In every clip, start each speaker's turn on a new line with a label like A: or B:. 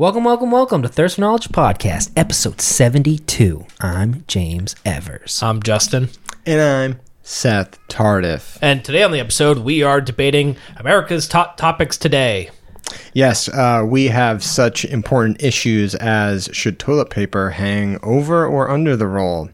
A: Welcome, welcome, welcome to Thirst for Knowledge Podcast, episode 72. I'm James
B: Uh,
A: Evers.
C: I'm Justin.
B: And I'm Seth Tardiff.
C: And today on the episode, we are debating America's top topics today.
B: Yes, uh, we have such important issues as should toilet paper hang over or under the roll?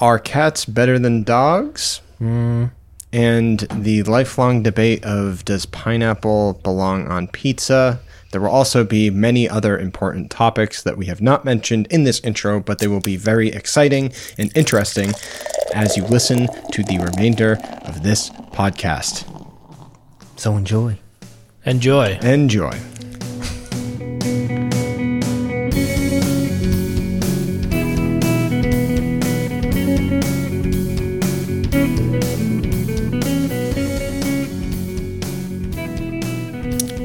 B: Are cats better than dogs? And the lifelong debate of does pineapple belong on pizza? There will also be many other important topics that we have not mentioned in this intro, but they will be very exciting and interesting as you listen to the remainder of this podcast.
A: So enjoy.
C: Enjoy.
B: Enjoy.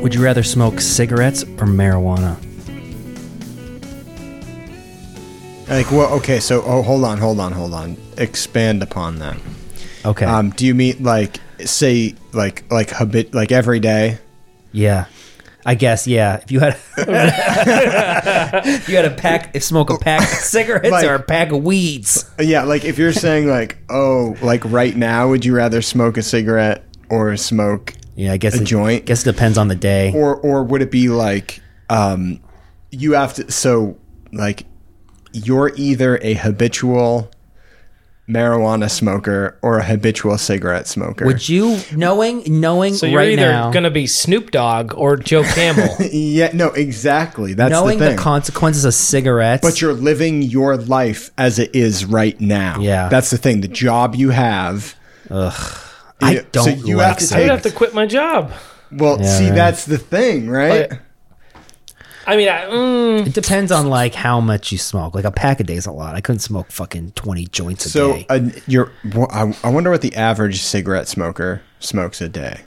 A: Would you rather smoke cigarettes or marijuana?
B: Like, well, okay, so oh, hold on, hold on, hold on. Expand upon that.
A: Okay.
B: Um, do you mean like say like like habit like every day?
A: yeah. I guess, yeah. If you had if you had a pack smoke a pack of cigarettes
B: Like-
A: or a pack of weeds.
B: Uh, Yeah, like if you're saying like oh like right now, would you rather smoke a cigarette or smoke
A: Yeah, I guess
B: A joint?
A: guess it depends on the day.
B: or or would it be like um you have to so like you're either a habitual marijuana smoker or a habitual cigarette smoker.
A: Would you knowing knowing
C: So you're
A: right
C: either
A: now
C: going to be Snoop Dogg or Joe Camel.
B: yeah, no, exactly. That's
A: knowing
B: the
A: the,
B: thing.
A: consequences of cigarettes?
B: but you're living your life as it is right now.
A: Yeah.
B: that's the thing. The job you have.
A: I
B: Yeah, so
A: don't
B: you
A: like
B: have to take-
A: cigarettes.
C: I'd have to quit my job.
B: Well,
A: Yeah,
B: see,
A: right.
B: that's the thing, right?
C: But- I mean, I, mm,
A: It depends on like how much you smoke. Like a pack a day is a lot. I couldn't smoke fucking twenty joints a
B: so,
A: day.
B: uh, you're. wh- I, I wonder what the average cigarette smoker smokes a day.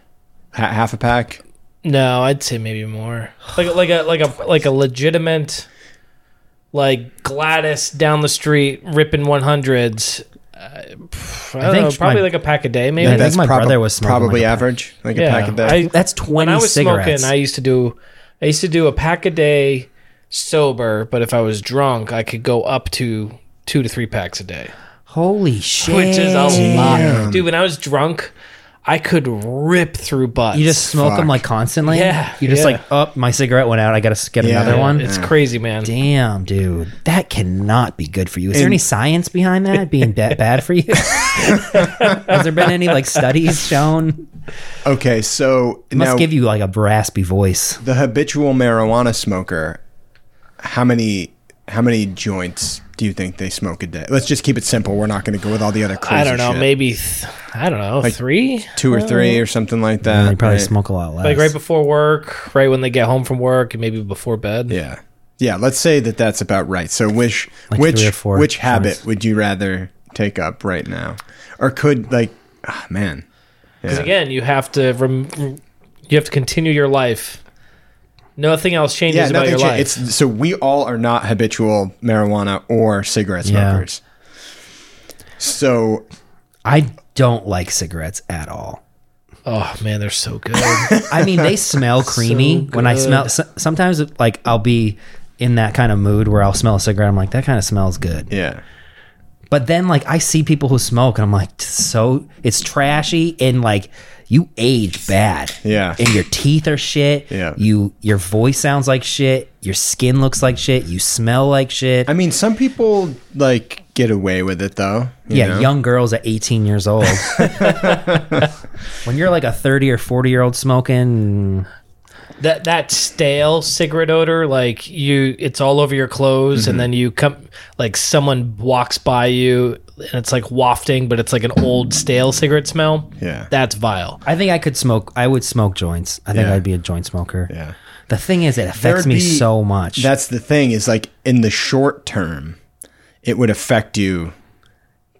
B: Ha half a pack.
C: no, I'd say maybe more. Like like a like a like a legitimate like Gladys down the street ripping 100s. Uh, I, don't
A: think
C: know, probably
A: my-
C: like a pack a day maybe.
A: I think my brother was smoking like
B: probably
A: a pack.
B: average, like a
C: Yeah,
B: pack a day.
C: I-
A: That's twenty
C: when I was
A: cigarettes.
C: smoking, I used to do I used to do a pack a day sober, but if I was drunk, I could go up to two to three packs a day,
A: Holy shit!
C: which is a lot.
B: Damn.
C: Dude, when I was drunk, I could rip through butts.
A: You just smoke them
B: Fuck.
A: like constantly.
C: Yeah,
A: You just
C: yeah.
A: like, oh, my cigarette went out. I gotta s- get
B: Yeah.
A: another
C: Yeah,
A: one.
C: It's crazy, man.
A: Damn, dude, that cannot be good for you. Is there
B: And-
A: any science behind that being ba- bad for you? Has there been any like studies shown?
B: Okay, so
A: Must
B: now
A: give you like a raspy voice.
B: the habitual marijuana smoker, how many how many joints do you think they smoke a day? Let's just keep it simple. We're not going to go with all the other crazy.
C: I don't know,
B: shit.
C: maybe th- I don't know three,
B: two or three or something like that.
A: And you probably
B: right?
A: smoke a lot less.
C: like right before work, right when they get home from work, and maybe before bed.
B: Yeah, yeah. Let's say that that's about right. So which
A: Like three or
B: which
A: four
B: which habit
A: joints.
B: would you rather take up right now, or could like, ah, man,
C: Because again, you have to rem- you have to continue your life. Nothing else changes
B: yeah,
C: about
B: nothing.
C: your
B: Cha-
C: life.
B: it's so we all are not habitual marijuana or cigarette
A: Yeah.
B: smokers. So
A: I don't like cigarettes at all.
C: oh man, they're so good.
A: I mean, they smell creamy. when I smell,
C: good.
A: so- sometimes like I'll be in that kind of mood where I'll smell a cigarette. I'm like, that kind of smells good.
B: yeah,
A: But then like I see people who smoke, and I'm like, so it's trashy and like you age bad.
B: Yeah.
A: and your teeth are shit.
B: Yeah.
A: you your voice sounds like shit. Your skin looks like shit. You smell like shit.
B: I mean, some people like get away with it though. you
A: yeah,
B: know?
A: young girls at 18 years old. when you're like a 30 or 40 year old smoking,
C: that that stale cigarette odor, like you, it's all over your clothes,
A: Mm-hmm.
C: and then you come, like someone walks by you, and it's like wafting, but it's like an old stale cigarette smell.
B: Yeah.
C: that's vile.
A: I think I could smoke. I would smoke joints. I think
B: Yeah.
A: I'd be a joint smoker.
B: Yeah.
A: The thing is, it affects
B: There'd
A: me
B: be-
A: so much.
B: That's the thing is like in the short term, it would affect you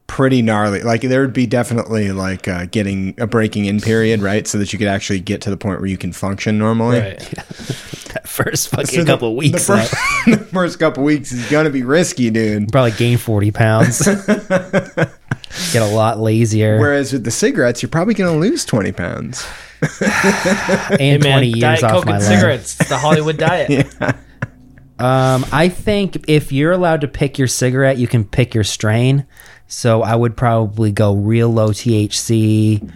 B: pretty gnarly. Like there would be definitely like uh, getting a breaking in period, right? So that you could actually get to the point where you can function normally.
C: Right.
A: that first fucking
B: So the-
A: couple of weeks.
B: The
A: like,
B: first, the first couple weeks is gonna be risky, dude.
A: probably gain 40 pounds. get a lot lazier
B: Whereas with the cigarettes, you're probably going to lose 20 pounds.
A: and
C: Man,
A: 20 years
C: Diet
A: off
C: Coke
A: my
C: and
A: life.
C: cigarettes. It's the Hollywood diet.
A: Um, I think if you're allowed to pick your cigarette, you can pick your strain. So I would probably go real low THC,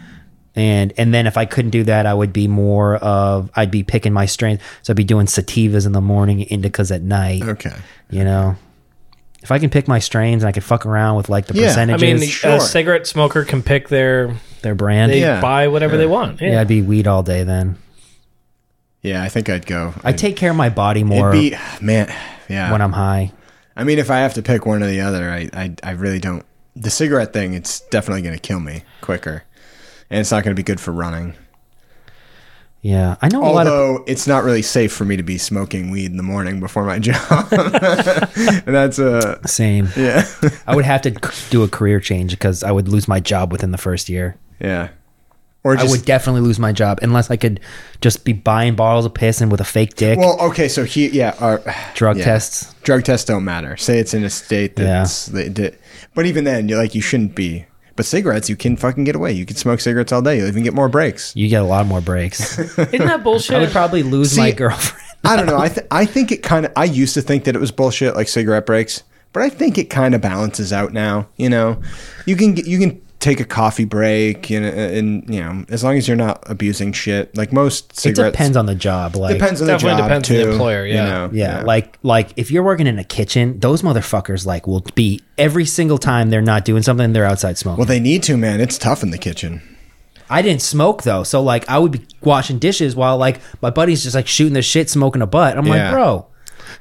A: and and then if I couldn't do that, I would be more of I'd be picking my strain. So I'd be doing sativas in the morning, indicas at night.
B: Okay.
A: You know, if I can pick my strains, and I can fuck around with like the
B: Yeah, I
C: I
A: percentages,
C: mean,
B: Sure.
C: a cigarette smoker can pick their.
A: their brand.
C: They
A: yeah.
B: Yeah.
C: buy whatever they want. Yeah.
A: I'd be weed all day then.
B: Yeah, I think I'd go.
A: I take care of my body
B: It'd
A: more
B: be, man, yeah.
A: when I'm high.
B: I mean, if I have to pick one or the other, I, I, I really don't. The cigarette thing, it's definitely going to kill me quicker. And it's not going to be good for running.
A: Yeah, I know a lot of
B: Although it's not really safe for me to be smoking weed in the morning before my job. and that's uh, a.
A: Same. Yeah. I would have to c- do a career change because I would lose my job within the first year.
B: Yeah. Or
A: I
B: just.
A: would definitely lose my job unless I could just be buying bottles of piss and with a fake dick,
B: well, okay, so he, yeah, our,
A: drug
B: yeah.
A: tests.
B: drug tests don't matter. Say it's in a state that's they did, but even then, you're like you shouldn't be. But cigarettes, you can fucking get away. You can smoke cigarettes all day. You'll even get more breaks.
A: You get a lot more breaks.
C: Isn't that bullshit?
A: I would probably lose my
B: See-
A: girlfriend.
B: I don't know. I th- I think it kind of. I used to think that it was bullshit, like cigarette breaks, but I think it kind of balances out now. You know, you can get, you can take a coffee break, and, and you know, as long as you're not abusing shit, like most
A: It
B: cigarettes.
A: depends on the job. Like,
B: Depends on the
C: Definitely
B: job.
C: depends on
B: too,
C: the employer,
B: you
C: yeah.
B: know?
A: yeah, like like if you're working in a kitchen, those motherfuckers like will be every single time they're not doing something, they're outside smoking.
B: well, they need to, man. It's tough in the kitchen.
A: I didn't smoke though, so like I would be washing dishes while like my buddy's just like shooting the shit, smoking a butt. I'm
B: Yeah.
A: like, bro,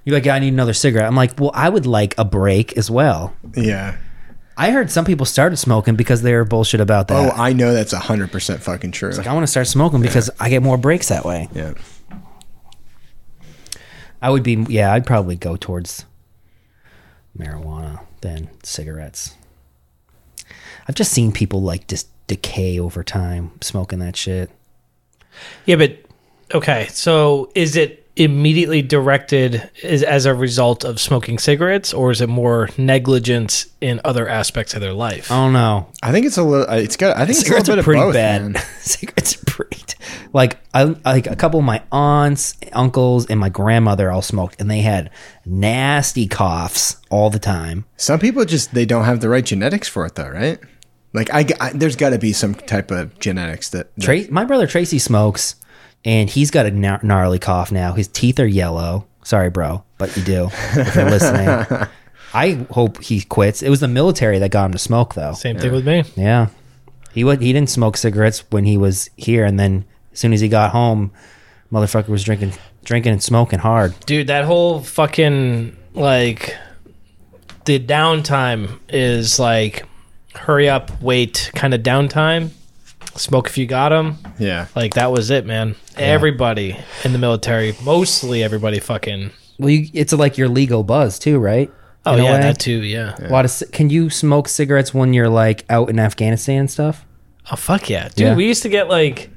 A: you're like, I need another cigarette. I'm like, well, I would like a break as well.
B: Yeah.
A: I heard some people started smoking because they were bullshit about
B: Oh,
A: that.
B: I know that's hundred percent fucking true.
A: like, I want to start smoking because I get more breaks that way.
B: yeah.
A: I would be, yeah, I'd probably go towards marijuana than cigarettes. I've just seen people like just decay over time smoking that shit.
C: Yeah, but okay. So is it immediately directed is, as a result of smoking cigarettes, or is it more negligence in other aspects of their life?
A: I don't know.
B: I think it's a little. It's got. I think it's a
A: cigarettes
B: little bit
A: are pretty
B: of both,
A: bad.
B: man.
A: cigarettes are pretty. Like I like a couple of my aunts, uncles, and my grandmother all smoked, and they had nasty coughs all the time.
B: Some people just they don't have the right genetics for it, though, right? Like I, I- there's got to be some type of genetics that. that-
A: Tra- my brother Tracy smokes, and he's got a gna- gnarly cough now. His teeth are yellow. Sorry, bro, but you do if you're listening. I hope he quits. It was the military that got him to smoke, though.
C: Same thing with me.
A: Yeah, he would. He didn't smoke cigarettes when he was here, and then as soon as he got home, motherfucker was drinking, drinking and smoking hard.
C: Dude, that whole fucking like the downtime is like hurry up, wait kind of downtime. Smoke if you got them.
B: yeah.
C: Like that was it, man. Everybody in the military, mostly everybody fucking
A: Well, you, it's like your legal buzz too, right?
C: Oh
A: In a
C: yeah,
A: way.
C: that too, yeah.
A: A lot of ci- can you smoke cigarettes when you're like out in Afghanistan and stuff?
C: Oh fuck yeah, dude!
A: Yeah.
C: We used to get like,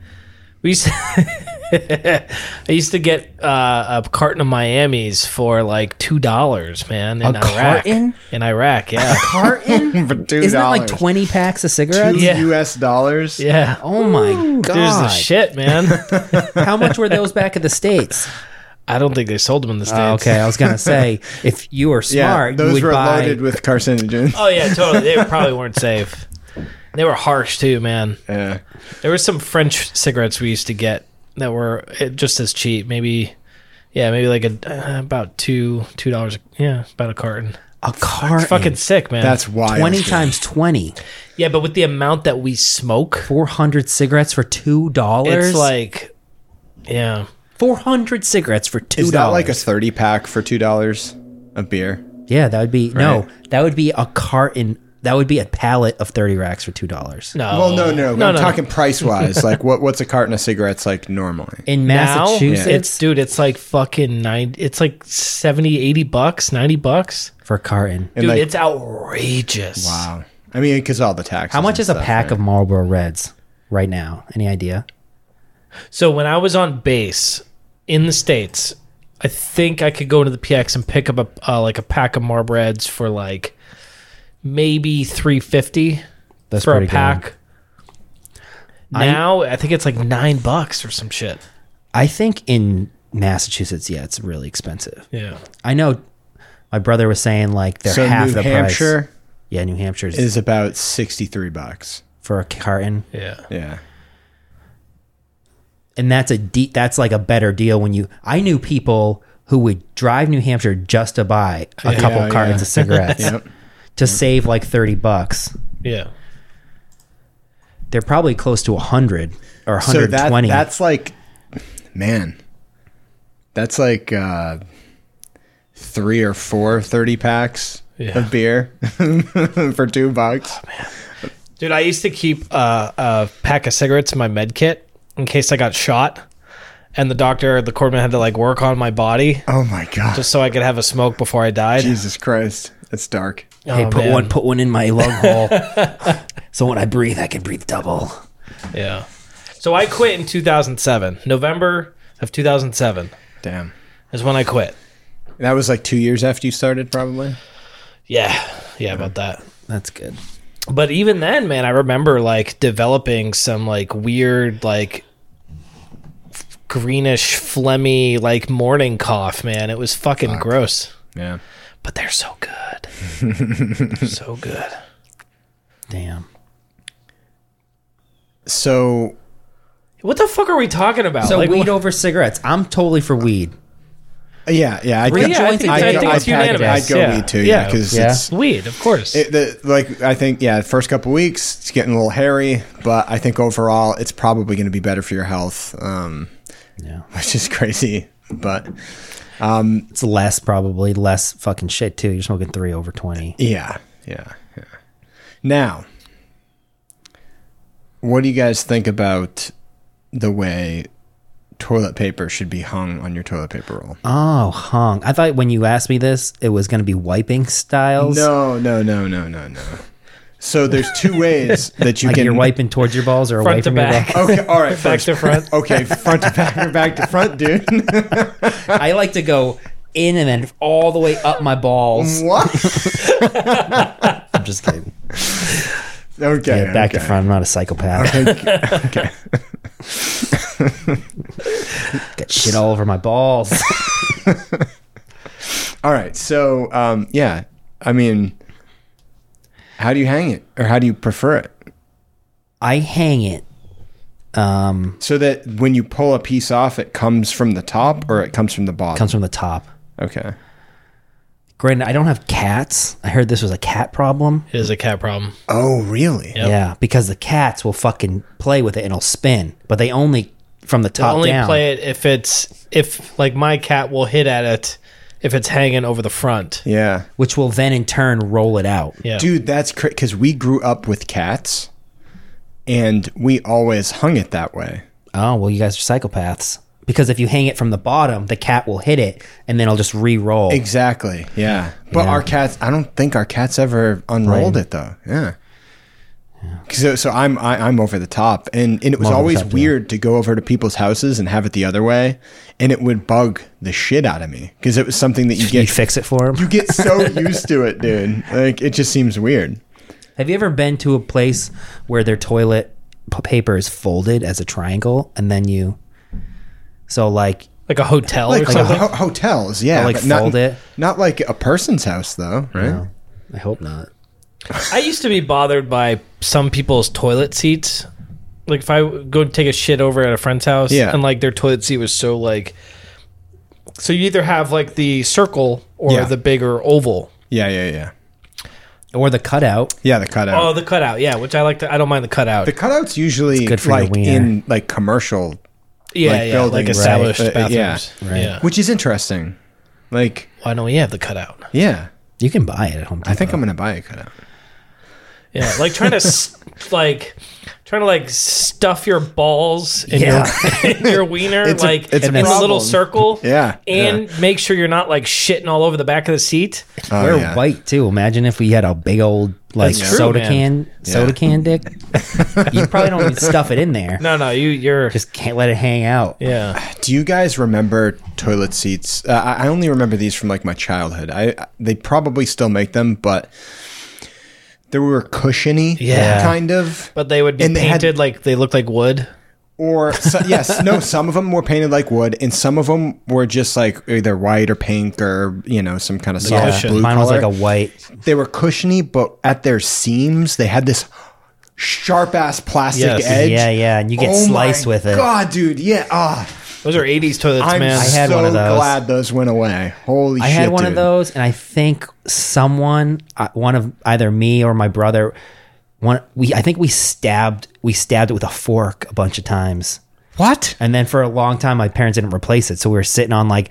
C: we used. To I used to get uh, a carton of Miami's for like two dollars, man. In
A: A
C: Iraq,
A: carton?
C: in Iraq, yeah,
A: Carton?
B: For two
A: Isn't that like
B: dollars.
A: twenty packs of
B: Two
A: cigarettes?
C: Yeah.
B: U.S. dollars.
C: yeah.
A: Oh my god!
C: There's the shit, man.
A: How much were those back in the states?
C: I don't think they sold them in the states.
A: Oh, okay, I was gonna say if you were
B: Yeah,
A: smart, you
B: those
A: would
B: were
A: buy.
B: loaded with carcinogens.
C: Oh yeah, totally. They probably weren't safe. They were harsh too, man.
B: Yeah.
C: There were some French cigarettes we used to get that were eh, just as cheap, maybe. Yeah, maybe like a uh, about two two dollars. Yeah, about a carton.
A: a carton.
C: Fucking sick, man.
B: That's wild.
A: twenty
B: dude.
A: times 20.
C: Yeah, but with the amount that we smoke,
A: 400 cigarettes for two dollars.
C: it's like, yeah,
A: four hundred cigarettes for two
B: Is that like a
A: dollars.
B: thirty pack for two dollars of beer?
A: yeah, that would be no,
B: Right.
A: that would be a carton. That would be a pallet of thirty racks for two dollars.
C: no.
B: Well, no, no, no.
C: no,
B: I'm
C: no.
B: talking price wise. like, what what's a carton of cigarettes like normally?
A: in
C: Now,
A: Massachusetts
C: it's dude, it's like fucking nine. It's like 70, 80 bucks, ninety bucks.
A: for carton.
C: Dude,
B: And like,
C: it's outrageous.
B: wow. I mean, because all the taxes.
A: How much
B: and
A: is a
B: stuff,
A: pack
B: right?
A: of Marlboro Reds right now? Any idea?
C: So when I was on base in the states, I think I could go into the PX and pick up a uh, like a pack of Marbreds for like maybe three fifty.
A: That's
C: for a
A: pretty good.
C: pack.
A: I-
C: Now I think it's like nine bucks or some shit.
A: I think in Massachusetts, yeah, it's really expensive.
C: Yeah.
A: I know my brother was saying like they're
B: so
A: half
B: New
A: the
B: Hampshire
A: price. Yeah, New Hampshire's
B: is about sixty-three bucks.
A: for a carton,
C: Yeah.
B: Yeah.
A: and that's a de- that's like a better deal when you. I knew people who would drive New Hampshire just to buy a
B: Yeah,
A: couple
B: yeah.
A: cartons of cigarettes
B: Yep.
A: to save like thirty bucks.
C: Yeah.
A: They're probably close to hundred or
B: so
A: hundred
B: that
A: twenty.
B: that's like, man, that's like uh, three or four 30 packs
C: Yeah.
B: of beer for two bucks.
C: Dude, I used to keep uh, a pack of cigarettes in my med kit in case I got shot, and the doctor, the corpsman, had to like work on my body
B: Oh my god,
C: just so I could have a smoke before I died.
B: Jesus Christ, it's dark.
A: hey,
C: Oh,
A: put
C: man.
A: one put one in my lung hole, so when I breathe, I can breathe double.
C: Yeah. So I quit in 2007, November of 2007
B: Damn,
C: is when I quit.
B: that was like two years after you started, probably.
C: Yeah, yeah, about that.
A: That's good.
C: But even then, man, I remember like developing some like weird like f- greenish phlegmy like morning cough, man. It was fucking gross.
B: Yeah,
C: but they're so good. so good.
A: Damn.
B: so
C: What the fuck are we talking about?
A: So
C: Like,
A: weed
C: what-
A: over cigarettes. I'm totally for weed.
B: yeah, yeah, I'd
A: Three
B: go,
A: Yeah, I
B: I'd,
A: think-
B: go-
A: I
B: I'd,
A: think
B: go-
A: it's
B: I'd
A: unanimous,
B: go
C: yeah.
B: me too, yeah,
C: Yeah.
B: because
A: Yeah.
B: it's.
C: weed, of course.
B: It, the, like I think, yeah, the first couple weeks it's getting a little hairy, but I think overall it's probably going to be better for your health. Um,
A: Yeah.
B: which is crazy. But
A: It's less probably less fucking shit too. You're smoking three over twenty.
B: yeah, yeah, yeah. Now, what do you guys think about the way toilet paper should be hung on your toilet paper roll?
A: Oh, hung. I thought when you asked me this, it was going to be wiping styles.
B: No, no, no, no, no, no. So there's two ways that you
A: like
B: can
A: you're wiping towards your balls or away
C: Front to
A: from your
C: back.
A: back.
B: Okay, all right,
C: Back
B: first.
C: to front.
B: Okay, front to back or back to front, dude.
A: I like to go in and then all the way up my
C: Mm.
A: balls.
B: what?
A: I'm just kidding.
B: Okay,
A: Yeah, back
B: okay.
A: to front. I'm not a psychopath. Got shit all over my balls.
B: All right. So, um, yeah, I mean, how do you hang it, or how do you prefer it?
A: I hang it. Um,
B: So that when you pull a piece off, it comes from the top or it comes from the bottom.
A: comes from the top.
B: okay.
A: Granted, I don't have cats. I heard this was a cat problem.
C: It is a cat problem.
B: Oh, really?
C: Yep.
A: Yeah, because the cats will fucking play with it and it'll spin, but they only from the
C: I
A: top
C: only
A: down.
C: play it if it's if like my cat will hit at it if it's hanging over the front.
B: Yeah,
A: which will then in turn roll it out.
C: Yeah.
B: dude, that's crazy. Because we grew up with cats, and we always hung it that way.
A: Oh, well, you guys are psychopaths. Because if you hang it from the bottom, the cat will hit it and then it'll just re roll.
B: Exactly. Yeah. But
A: Yeah.
B: our cats, I don't think our cats ever unrolled it though. Yeah. So, so I'm I, I'm over the top, and, and it was
A: over the
B: always
A: top, yeah.
B: weird to go over to people's houses and have it the other way, and it would bug the shit out of me because it was something that you
A: you
B: get
A: fix it for
B: you
A: him.
B: get so used to it, dude. Like it just seems weird.
A: Have you ever been to a place where their toilet p- paper is folded as a triangle and then you. So, like,
C: Like a hotel
B: Like,
C: or something.
B: ho- hotels, yeah,
A: Or, like,
B: but not,
A: fold it?
B: not like a person's house though, right?
A: no, I hope not.
C: I used to be bothered by some people's toilet seats. Like if I go take a shit over at a friend's house,
B: Yeah.
C: and like their toilet seat was so like, so you either have like the circle or
B: Yeah.
C: the bigger oval.
B: Yeah, yeah, yeah,
A: Or the cutout.
B: yeah. The cutout.
C: Oh, the cutout, yeah, which I like. to I don't mind the cutout.
B: the cutout's usually
A: good for your
B: like
A: wiener.
B: in like commercial
C: yeah,
B: like
C: yeah,
B: building,
C: like
B: right.
C: established
B: Uh, uh,
C: bathrooms.
B: yeah.
C: Yeah,
A: Right.
B: which is interesting. Like,
C: Why don't we have the cutout?
B: yeah,
A: You can buy it at home.
B: I think I'm gonna buy a cutout.
C: Yeah, like trying to s- like trying to like stuff your balls in
A: Yeah.
C: your in your wiener
B: It's a-
C: like
B: it's a
C: in a
B: problem.
C: little circle.
B: Yeah,
C: and make sure you're not like shitting all over the back of the seat.
B: Oh,
A: We're
B: yeah.
A: white too. Imagine if we had a big old like
C: That's true,
A: soda
C: man.
A: can, soda can dick. you probably don't even stuff it in there.
C: No, no, you you're
A: Just can't let it hang out.
C: yeah.
B: Do you guys remember toilet seats? Uh, I I only remember these from like my childhood. I I- they probably still make them, but They were cushiony,
C: Yeah.
B: kind of.
C: But they would be
B: And they had-
C: painted like they looked like wood.
B: Or so, yes, no. Some of them were painted like wood, and some of them were just like either white or pink or you know some kind of solid
C: cushion.
B: blue
A: Mine was like
B: color.
A: a white.
B: they were cushiony, but at their seams they had this sharp ass plastic
C: Yes.
B: edge.
A: Yeah, yeah, and you get
B: Oh
A: sliced
B: my
A: with it.
B: God, dude, yeah. Ah,
C: Those are 80s toilets,
B: I'm
C: man.
A: I had
B: so
A: one of those.
B: glad those went away. Holy
A: I
B: shit,
A: had one of
B: dude.
A: those, and I think someone, uh, one of either me or my brother, one we I think we stabbed we stabbed it with a fork a bunch of times,
B: What?
A: and then for a long time my parents didn't replace it, so we were sitting on like,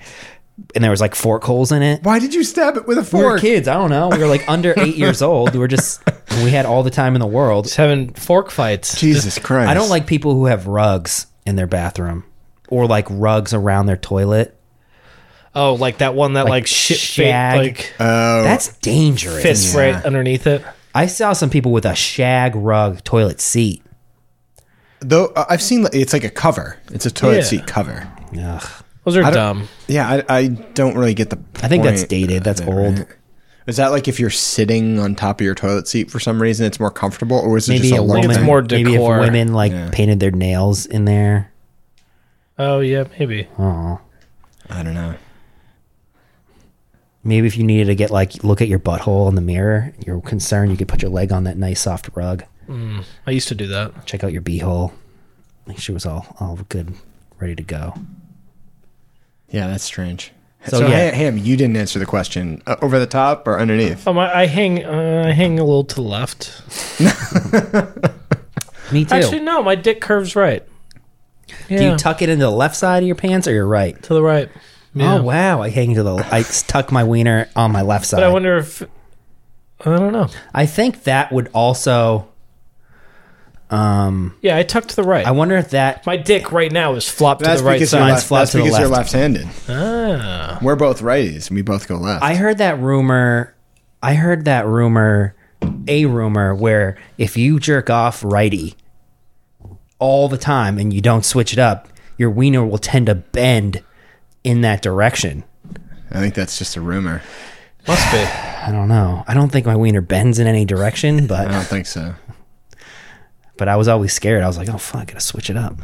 A: and there was like fork holes in it.
B: Why did you stab it with a
A: We were
B: fork?
A: kids. I don't know. We were like under eight years old. We were just we had all the time in the world.
C: Just having fork fights.
B: Jesus Christ!
A: I don't like people who have rugs in their bathroom or like rugs around their toilet.
C: Oh, like that one that like, shit
A: shag.
C: shag. like
B: Uh, Oh.
A: That's dangerous.
C: fist right underneath it.
A: I saw some people with a shag rug toilet seat.
B: though. uh, I've seen it's like a cover. It's a toilet
C: Yeah.
B: seat cover.
A: Ugh.
C: Those are
B: don't-
C: dumb.
B: Yeah, I, I don't really get the.
A: I think that's
B: point
A: dated. That's
B: of it,
A: old.
B: right? Is that like if you're sitting on top of your toilet seat for some reason, it's more comfortable, or is it
A: Maybe a
B: just a, look
A: woman.
B: thing?
C: more
A: Maybe if
C: decor.
A: women like painted their nails in there.
C: Oh yeah, maybe.
A: Oh.
B: I don't know.
A: Maybe if you needed to get like look at your butthole in the mirror, you're concerned you could put your leg on that nice soft rug.
C: I used to do that.
A: Check out your beehole. Like she was all all good, ready to go.
B: Yeah, that's strange.
A: So,
B: So,
A: yeah.
B: Ha- Ham, you didn't answer the question. Uh, over the top or underneath?
C: Um, I, I hang, uh, I hang a little to the left.
A: Me too.
C: Actually, no, my dick curves right. Yeah,
A: Do you tuck it into the left side of your pants or your right?
C: to the right. Yeah.
A: Oh wow! I hang to the. I tuck my wiener on my left side.
C: But I wonder if I don't know.
A: I think that would also. Um,
C: Yeah, I tuck to the right.
A: I wonder if that
C: my dick right now is flopped to
B: That's
C: the right
B: because, you're,
A: Mine's
C: side.
B: left,
A: flat
B: that's
A: to the
B: because you're
A: left.
B: left-handed.
C: Ah.
B: We're both righties, and we both go left.
A: I heard that rumor. I heard that rumor, a rumor where if you jerk off righty all the time and you don't switch it up, your wiener will tend to bend in that direction.
B: I think that's just a rumor.
C: Must be.
A: I don't know. I don't think my wiener bends in any direction,
B: I
A: but
B: don't think so.
A: but I was always scared. I was like, oh fuck, I gotta switch it up.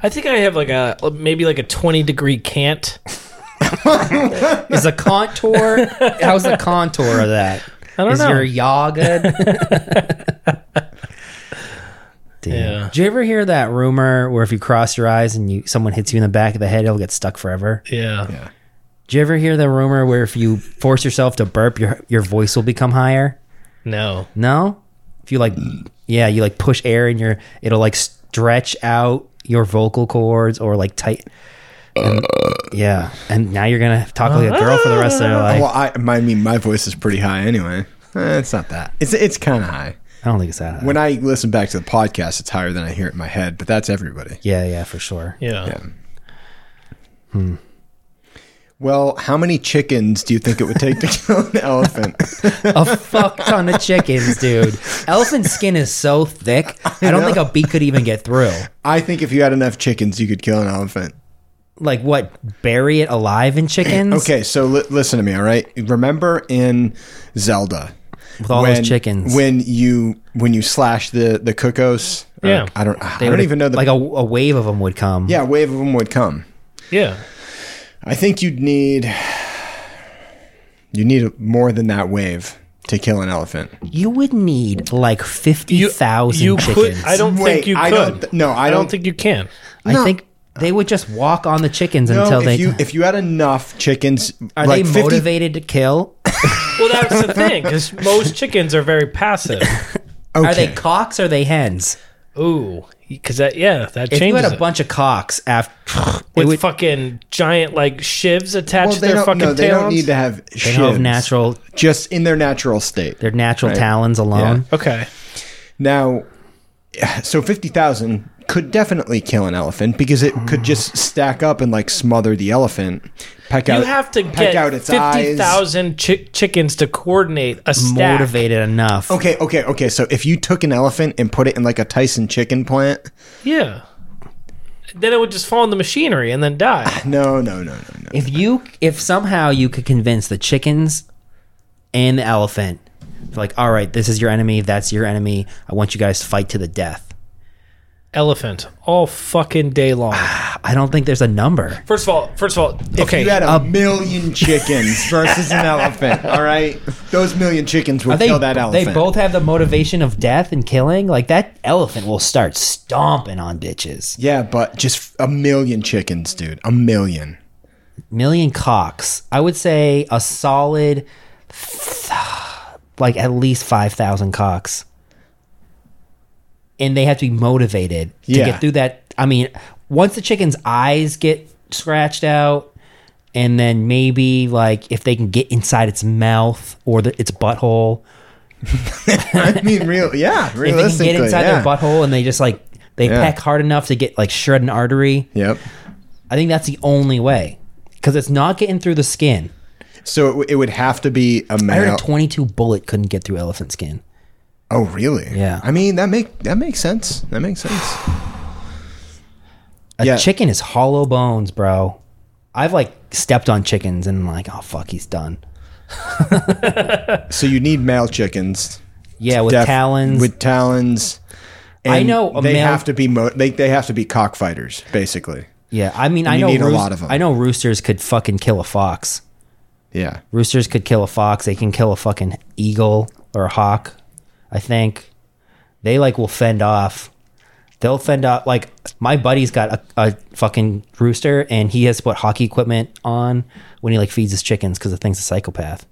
C: I think I have like a uh, maybe like a twenty degree cant.
A: Is the contour? how's the contour of that? I
C: don't
A: Is
C: know.
A: your yaw good? Damn.
C: Yeah.
A: Do you ever hear that rumor where if you cross your eyes and you someone hits you in the back of the head, it'll get stuck forever?
C: Yeah.
B: Yeah.
A: Do you ever hear the rumor where if you force yourself to burp, your your voice will become higher?
C: No.
A: No. If you like, yeah, you like push air in your, it'll like stretch out your vocal cords or like tight. and- yeah, and now you're gonna talk like a girl for the rest of your life.
B: Well, I, my, I mean, my voice is pretty high anyway. Eh, it's not that. It's it's kind of high.
A: I don't think it's that. High.
B: When I listen back to the podcast, it's higher than I hear it in my head. But that's everybody.
A: Yeah, yeah, for sure.
C: Yeah.
B: Well, how many chickens do you think it would take to kill an elephant?
A: A fuck ton of chickens, dude. Elephant skin is so thick. I don't think a bee could even get through.
B: I think if you had enough chickens, you could kill an elephant.
A: Like what? Bury it alive in chickens?
B: Okay, so li- listen to me, all right? Remember in Zelda
A: With all those chickens.
B: when you when you slash the the cuckoos? or-
C: Yeah.
B: I don't I don't even know the
A: like a, a wave of them would come.
B: yeah wave of them would come.
C: Yeah.
B: I think you'd need you need more than that wave to kill an elephant.
A: You would need like fifty thousand
C: you
A: chickens.
C: Could, I don't think
B: Wait,
C: you could.
B: I don't th- no, I
C: I don't
B: don't-
C: think you can.
A: I
B: No.
A: think they would just walk on the chickens until
B: No, if
A: they
B: you if you had enough chickens,
A: are they
B: like 50
A: motivated to kill?
C: Well, that's the thing because most chickens are very passive.
B: Okay.
A: Are they cocks or are they hens?
C: Ooh, because that yeah that
A: If you
C: changes
A: had a
C: it.
A: bunch of cocks after it
C: with
A: would,
C: fucking giant like shivs attached
B: Well,
C: to
B: they
C: their
B: don't.
C: fucking
B: No,
C: tails.
B: they don't need to have.
A: they don't have
B: shins.
A: natural
B: Just in their natural state.
A: their natural talons alone.
C: Okay.
B: Now, so 50,000 could definitely kill an elephant because it could just stack up and like smother the elephant, peck out
C: You have to
B: peck
C: get
B: out its
C: fifty
B: eyes.
C: thousand chi- chickens to coordinate a stack.
A: Motivated enough.
B: Okay, okay, okay. So if you took an elephant and put it in like a Tyson chicken plant,
C: Yeah. Then it would just fall in the machinery and then die.
B: no, no, no, no, no.
A: If you if somehow you could convince the chickens and the elephant They're like, all right, this is your enemy. That's your enemy. I want you guys to fight to the death.
C: Elephant all fucking day long.
A: I don't think there's a number.
C: First of all, first of all,
B: If
C: okay.
B: you had a million chickens versus an elephant, all right? Those million chickens would
A: Are they,
B: kill that elephant.
A: they both have the motivation of death and killing. Like that elephant will start stomping on bitches.
B: Yeah, but just a million chickens, dude. A million.
A: Million cocks. I would say a solid, like at least 5,000 cocks. And they have to be motivated to
B: Yeah.
A: get through that. I mean, once the chicken's eyes get scratched out, and then maybe like if they can get inside its mouth or the, its butthole,
B: I mean, real. Yeah,
A: if they
B: realistically.
A: can get inside
B: yeah.
A: their butthole and they just like they
B: Yeah.
A: peck hard enough to get like shred an artery,
B: Yep.
A: I think that's the only way because it's not getting through the skin.
B: So it, w- it would have to be a
A: I heard
B: male.
A: a 22 bullet couldn't get through elephant skin.
B: oh, really?
A: Yeah.
B: I mean, that make that makes sense. That makes sense.
A: A
B: Yeah.
A: chicken is hollow bones, bro. I've like stepped on chickens and like, oh fuck, he's done.
B: So you need male chickens
A: Yeah, with
B: Def-
A: talons.
B: With talons.
A: I
B: And
A: know a
B: they
A: male-
B: have to be mo- they they have to be cockfighters, basically.
A: yeah, I mean, I
B: you
A: know
B: need a lot of 'em.
A: I know roosters could fucking kill a fox.
B: Yeah.
A: Roosters could kill a fox. They can kill a fucking eagle or a hawk. I think they like will fend off. They'll fend off. Like my buddy's got a, a fucking rooster, and he has to put hockey equipment on when he like feeds his chickens because the thing's a psychopath.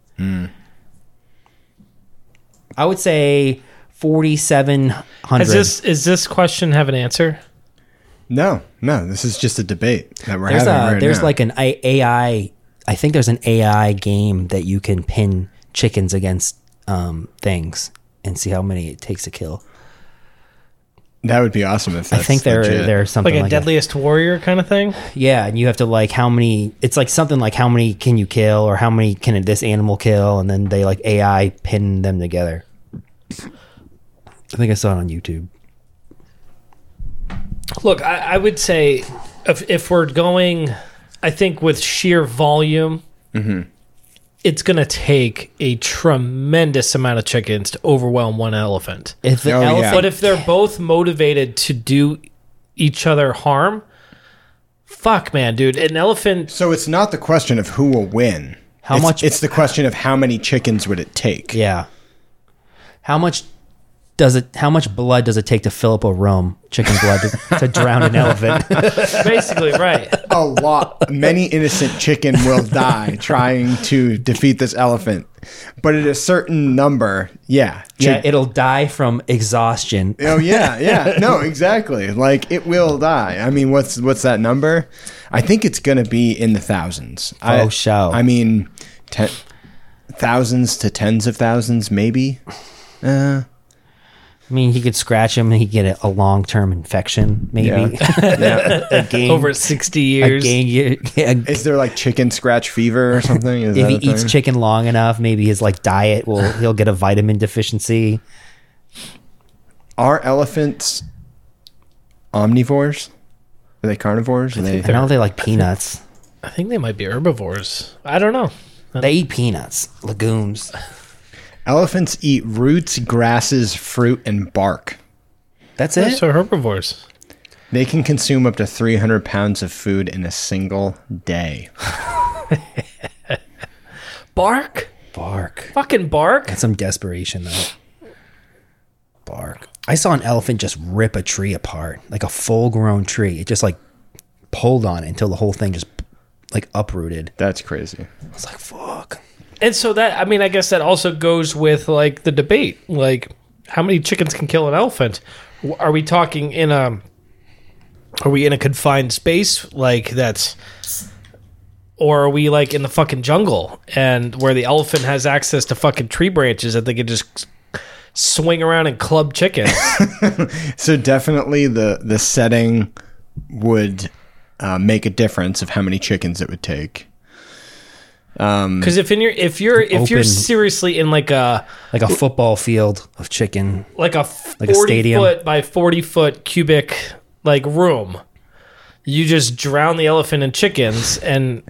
A: I would say forty-seven hundred.
C: Is this is this question have an answer?
B: No, no, this is just a debate that we're
A: there's
B: having
A: a
B: right
A: there's
B: now.
A: like an A- AI. I think there's an AI game that you can pin chickens against um, things and see how many it takes to kill.
B: that would be awesome if that's
A: I think there
B: legit.
A: there's something
C: Like a
A: like, that.
C: deadliest warrior kind of thing.
A: Yeah, and you have to like how many. It's like something like how many can you kill or how many can this animal kill, and then they like AI pin them together. I think I saw it on YouTube.
C: Look, I, I would say if, if we're going, I think with sheer volume,
A: Mm-hmm.
C: it's going to take a tremendous amount of chickens to overwhelm one elephant.
A: If the
B: Oh, yeah.
A: elephant,
C: But if they're both motivated to do each other harm, fuck, man, dude, an elephant.
B: So it's not the question of who will win.
A: How
B: It's-
A: much-
B: It's the question of how many chickens would it take.
A: yeah, how much does it? How much blood does it take to fill up a room? Chicken blood to, to drown an elephant.
C: Basically, right.
B: A lot, many innocent chicken will die trying to defeat this elephant. But at a certain number, yeah,
A: Yeah,
B: chick-
A: it'll die from exhaustion.
B: oh yeah, yeah, no, exactly. Like it will die. I mean, what's what's that number? I think it's gonna be in the thousands. I,
A: Oh, shall.
B: I mean, ten, thousands to tens of thousands, maybe. Uh,
A: I mean, he could scratch him and he'd get a, a long term infection, maybe.
B: yeah.
A: a game,
C: Over 60
A: a
C: years.
A: game year. yeah, a-
B: Is there like chicken scratch fever or something? Is
A: if
B: that
A: he
B: a
A: eats
B: thing?
A: chicken long enough, maybe his like diet will he'll get a vitamin deficiency.
B: Are elephants omnivores? Are they carnivores? Are they
A: I know they like peanuts.
C: I think they might be herbivores. I don't know.
A: They eat peanuts, legumes.
B: elephants eat roots, grasses, fruit, and bark.
A: That's
C: They're
A: it.
C: so herbivores.
B: They can consume up to 300 pounds of food in a single day.
C: Bark?
A: Bark.
C: Fucking bark?
A: That's some desperation though. Bark. I saw an elephant just rip a tree apart, like a full grown tree. It just like pulled on it until the whole thing just like uprooted.
B: That's crazy.
A: It's like fuck.
C: And so that I mean, I guess that also goes with like the debate, like how many chickens can kill an elephant? W- Are we talking in a are we in a confined space like that's or are we like in the fucking jungle and where the elephant has access to fucking tree branches that they can just swing around and club chickens?
B: So definitely the the setting would uh, make a difference of how many chickens it would take.
C: Because if in your if you're if you're
A: Open-
C: seriously in like a
A: Like a football field of chicken.
C: like a
A: Like a
C: forty
A: stadium.
C: foot by forty foot cubic like room. You just drown the elephant in chickens, and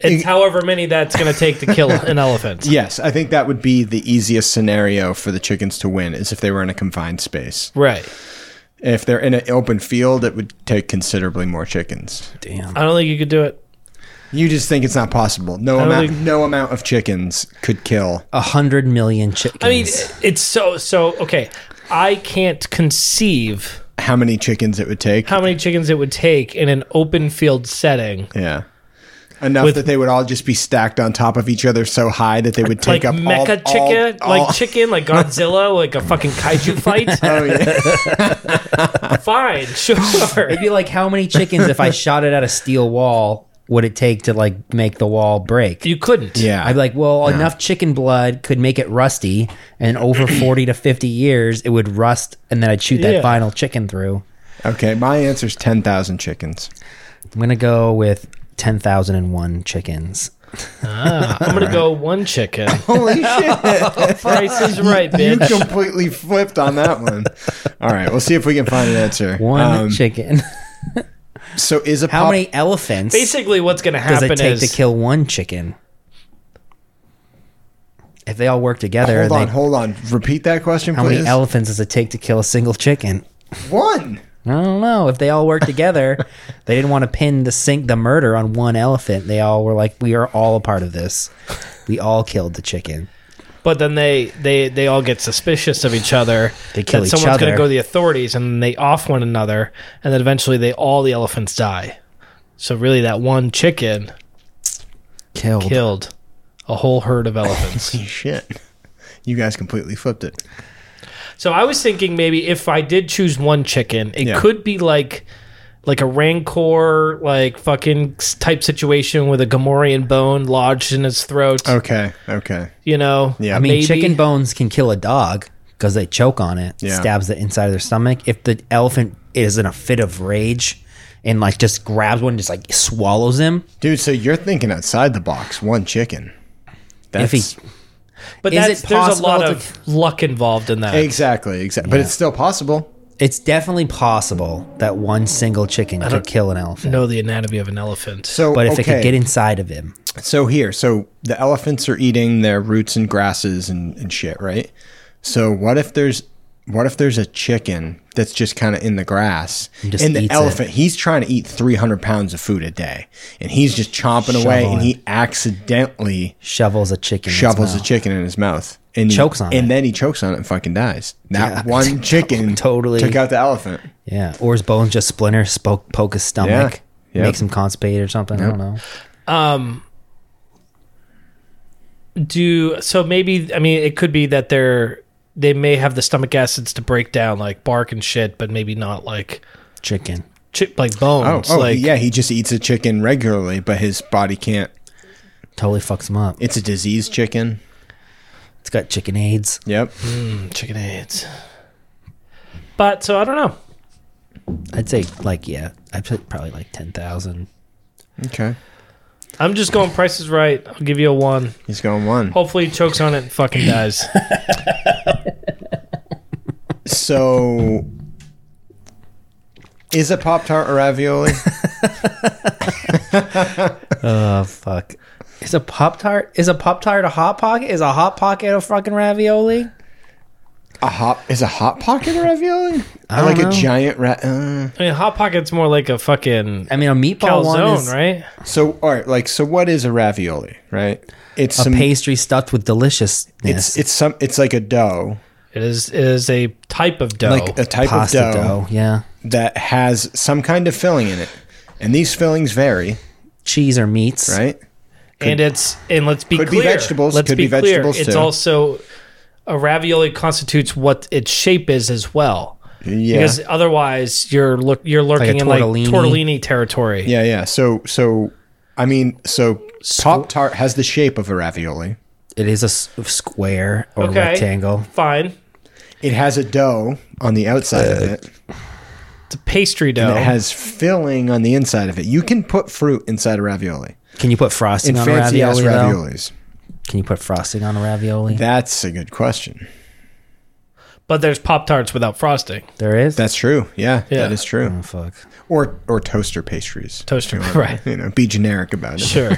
C: It's however many that's going to take to kill an elephant.
B: Yes, I think that would be the easiest scenario for the chickens to win is if they were in a confined space.
C: Right.
B: If they're in an open field, it would take considerably more chickens.
A: Damn.
C: I don't think you could do it.
B: You just think it's not possible. No
C: don't
B: amount,
C: think-
B: no amount of chickens could kill.
A: A hundred million chickens.
C: I mean, it's so so okay. I can't conceive
B: How many chickens it would take?
C: how many chickens it would take in an open field setting.
B: yeah, enough
C: With-
B: that they would all just be stacked on top of each other so high that they would
C: Like
B: take up
C: mecha
B: all, all-
C: chicken,
B: all-
C: like chicken, like Godzilla, like a fucking kaiju fight.
B: Oh, yeah.
C: Fine, sure.
A: It'd be like how many chickens if I shot it at a steel wall would it take to like make the wall break?
C: You couldn't.
B: yeah.
A: I'd be like, well, enough chicken blood could make it rusty, and over forty to fifty years, it would rust, and then I'd shoot that
C: Yeah.
A: final chicken through.
B: okay, my answer's ten thousand chickens.
A: I'm gonna go with ten thousand and one chickens.
C: Ah, I'm gonna go one chicken.
B: Holy shit!
C: Price is right,
B: you
C: bitch.
B: completely flipped on that one. All right, we'll see if we can find an answer.
A: One
B: Um,
A: chicken.
B: So is a
A: How
B: pop-
A: many elephants
C: Basically, what's gonna
A: does
C: happen
A: it take
C: is
A: to kill one chicken? If they all work together,
B: Hold
A: they-
B: on, hold on. Repeat that question,
A: how
B: please.
A: many elephants does it take to kill a single chicken?
B: one.
A: I don't know. If they all worked together, they didn't want to pin the sink the murder on one elephant. They all were like, "We are all a part of this. We all killed the chicken."
C: But then they they they all get suspicious of each other.
A: They kill
C: that
A: each
C: someone's
A: other.
C: to go to the authorities, and they off one another, and then eventually they all the elephants die. So really, that one chicken
A: Killed.
C: killed a whole herd of elephants.
B: Shit. You guys completely flipped it.
C: so I was thinking maybe if I did choose one chicken, it
B: Yeah.
C: could be like like a rancor like fucking s- type situation with a Gamorrean bone lodged in its throat.
A: Oh,
B: Okay, okay.
C: You know,
B: Yeah.
A: I mean,
C: maybe.
A: chicken bones can kill a dog because they choke on it,
B: Yeah.
A: stabs the inside of their stomach. If the elephant is in a fit of rage and like just grabs one, and just like swallows him.
B: Dude, so you're thinking outside the box. One chicken.
A: If
B: That's
A: he
C: But
A: Is
C: that's,
A: it
C: there's a
A: possible
C: lot
A: to-
C: of luck involved in that.
B: exactly, exactly. But it's still possible.
A: It's definitely possible that one single chicken could kill an elephant.
C: know the anatomy of an elephant.
B: So,
A: But if
B: Oh, okay.
A: it could get inside of him,
B: so here, so the elephants are eating their roots and grasses and, and shit, right? So what if there's what if there's a chicken that's just kind of in the grass
A: just
B: and the
A: eats it.
B: elephant he's trying to eat 300 pounds of food a day and he's just chomping away and
A: Shoveling.
B: he accidentally
A: shovels a chicken. in its
B: shovels
A: mouth.
B: the chicken in his mouth and he-
A: Chokes on
B: and
A: it.
B: then he chokes on it and fucking dies. That
A: Yeah.
B: one chicken
A: Totally.
B: took out the elephant.
A: Yeah, or his bones just splinter, spoke, poke his stomach,
B: Yeah. Yep.
A: makes him constipated or something. I don't know.
C: Um, do so maybe I mean it could be that they're they may have the stomach acids to break down like bark and shit, but maybe not like
A: Chicken.
C: chip like
B: Oh,
C: bones.
B: oh
C: like
B: yeah, he just eats a chicken regularly, but his body can't.
A: Totally fucks him up.
B: It's a diseased chicken.
A: It's got chicken AIDS.
B: Yep.
C: chicken AIDS. But so I don't know.
A: I'd say like yeah, I'd put probably like ten thousand.
B: Okay.
C: I'm just going Price is Right. I'll give you a one.
B: He's going one.
C: Hopefully he chokes on it and fucking dies.
B: So, is a Pop Tart a ravioli?
A: Oh fuck! Is a pop tart? Is a pop tart a hot pocket? Is a hot pocket a fucking ravioli?
B: a hot is a hot pocket a ravioli?
A: don't
B: like
A: know.
B: a giant rat. Uh.
C: I mean Hot Pocket's more like a fucking
A: I mean, a meatball one
C: calzone,
A: is
C: right?
B: So, all right, like, so what is a ravioli? Right? It's
A: a
B: some.
A: pastry stuffed with deliciousness.
B: It's it's some. It's like a dough,
C: It is it is a type of dough.
B: like a type
A: pasta
B: of dough
A: dough. Yeah,
B: that has some kind of filling in it, and these fillings vary,
A: cheese or meats.
B: right?
C: and it's and let's be
B: Could be
C: clear.
B: vegetables,
C: Let's
B: could
C: be,
B: be
C: clear.
B: vegetables,
C: it's
B: too.
C: also a ravioli constitutes what its shape is as well.
B: Yeah.
C: Because otherwise, you're look you're lurking in like
A: tortellini.
C: tortellini territory.
B: yeah, yeah. So, so I mean, so Pop Tart has the shape of a ravioli.
A: It is a s- square or
C: Okay.
A: rectangle.
C: Fine.
B: It has a dough on the outside of
A: Uh,
B: it.
C: It's a pastry dough.
B: that has filling on the inside of it. You can put fruit inside a ravioli.
A: Can you put frosting
B: In
A: on
B: fancy
A: a
B: ass
A: ravioli? though?
B: raviolis.
A: Can you put frosting on a ravioli?
B: That's a good question.
C: But there's Pop Tarts without frosting.
A: There is.
B: That's true. Yeah, that
C: Yeah.
B: is true.
A: oh, fuck.
B: Or or toaster pastries.
C: Toaster,
B: You know,
C: right.
B: You know, be generic about it.
C: Sure.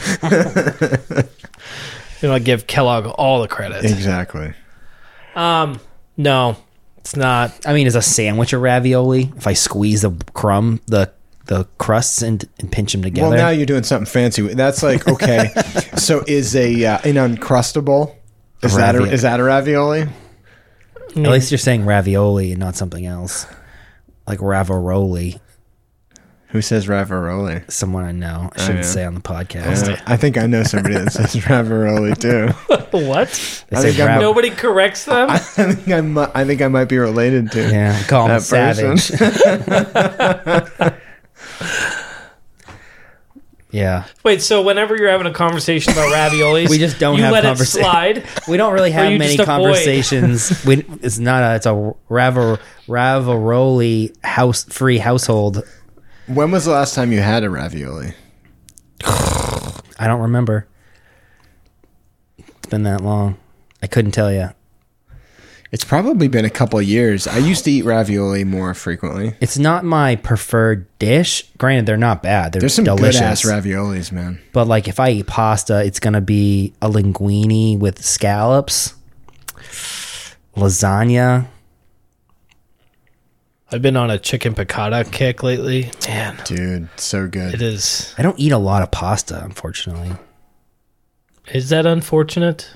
C: you know, I give Kellogg all the credit.
B: Exactly.
C: Um, no, it's not.
A: I mean, is a sandwich a ravioli? If I squeeze the crumb, the the crusts and, and pinch them together.
B: Well, now you're doing something fancy. with- That's like okay. so is a uh, an uncrustable? Is that a,
A: ravioli.
B: is that a ravioli?
A: At least you're saying ravioli and not something else, like ravaroli.
B: Who says ravioli?
A: Someone I know. I shouldn't
B: Oh, yeah.
A: say on the podcast.
B: Uh, I think I know somebody that says ravioli too.
C: What?
A: They
B: I
A: say
B: think I'm-
A: rav-
C: Nobody corrects them.
B: I think I might, I think I might be related to.
A: Yeah, we call him
B: That person.
A: savage. yeah,
C: Wait, so whenever you're having a conversation about raviolis,
A: We just don't
C: you
A: have
C: let it
A: conversa-
C: slide.
A: we don't really have
C: you
A: many
C: just avoid.
A: conversations. we, it's not a. It's a ravar ravaroli house free household.
B: When was the last time you had a ravioli?
A: I don't remember. It's been that long. I couldn't tell you.
B: It's probably been a couple of years. I used to eat ravioli more frequently.
A: It's not my preferred dish. Granted, they're not bad. They're
B: There's some
A: delicious.
B: good ass raviolis, man.
A: But like, if I eat pasta, it's gonna be a linguine with scallops, lasagna.
C: I've been on a chicken piccata kick lately. Man,
B: Dude, so
C: it
B: good.
C: is.
A: I don't eat a lot of pasta, unfortunately.
C: Is that unfortunate?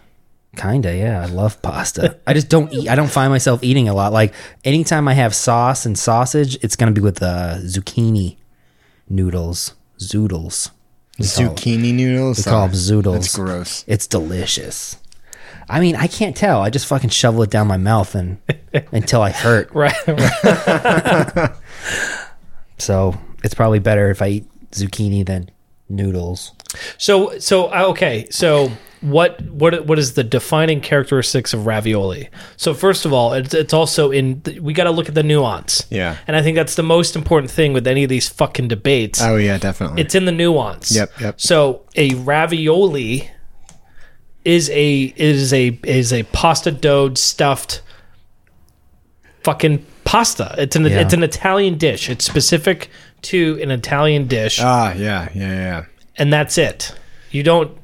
A: Kinda, yeah. I love pasta. I just don't eat. I don't find myself eating a lot. Like anytime I have sauce and sausage, it's gonna be with uh, zucchini noodles, zoodles. We call 'em.
B: Zucchini noodles.
A: We call 'em
B: Ah, That's
A: zoodles.
B: gross.
A: It's delicious. I mean, I can't tell. I just fucking shovel it down my mouth and until I hurt.
C: Right.
A: So it's probably better if I eat zucchini than noodles.
C: So so uh, okay. So what what what is the defining characteristics of ravioli? So first of all, it's, it's also in we got to look at the nuance.
B: Yeah.
C: And I think that's the most important thing with any of these fucking debates.
B: Oh yeah, definitely.
C: It's in the nuance.
B: Yep, yep.
C: So a ravioli is a is a is a pasta dough stuffed fucking pasta. It's an
A: Yeah.
C: it's an Italian dish. It's specific to an Italian dish,
B: ah, yeah, yeah, yeah.
C: and that's it. You don't.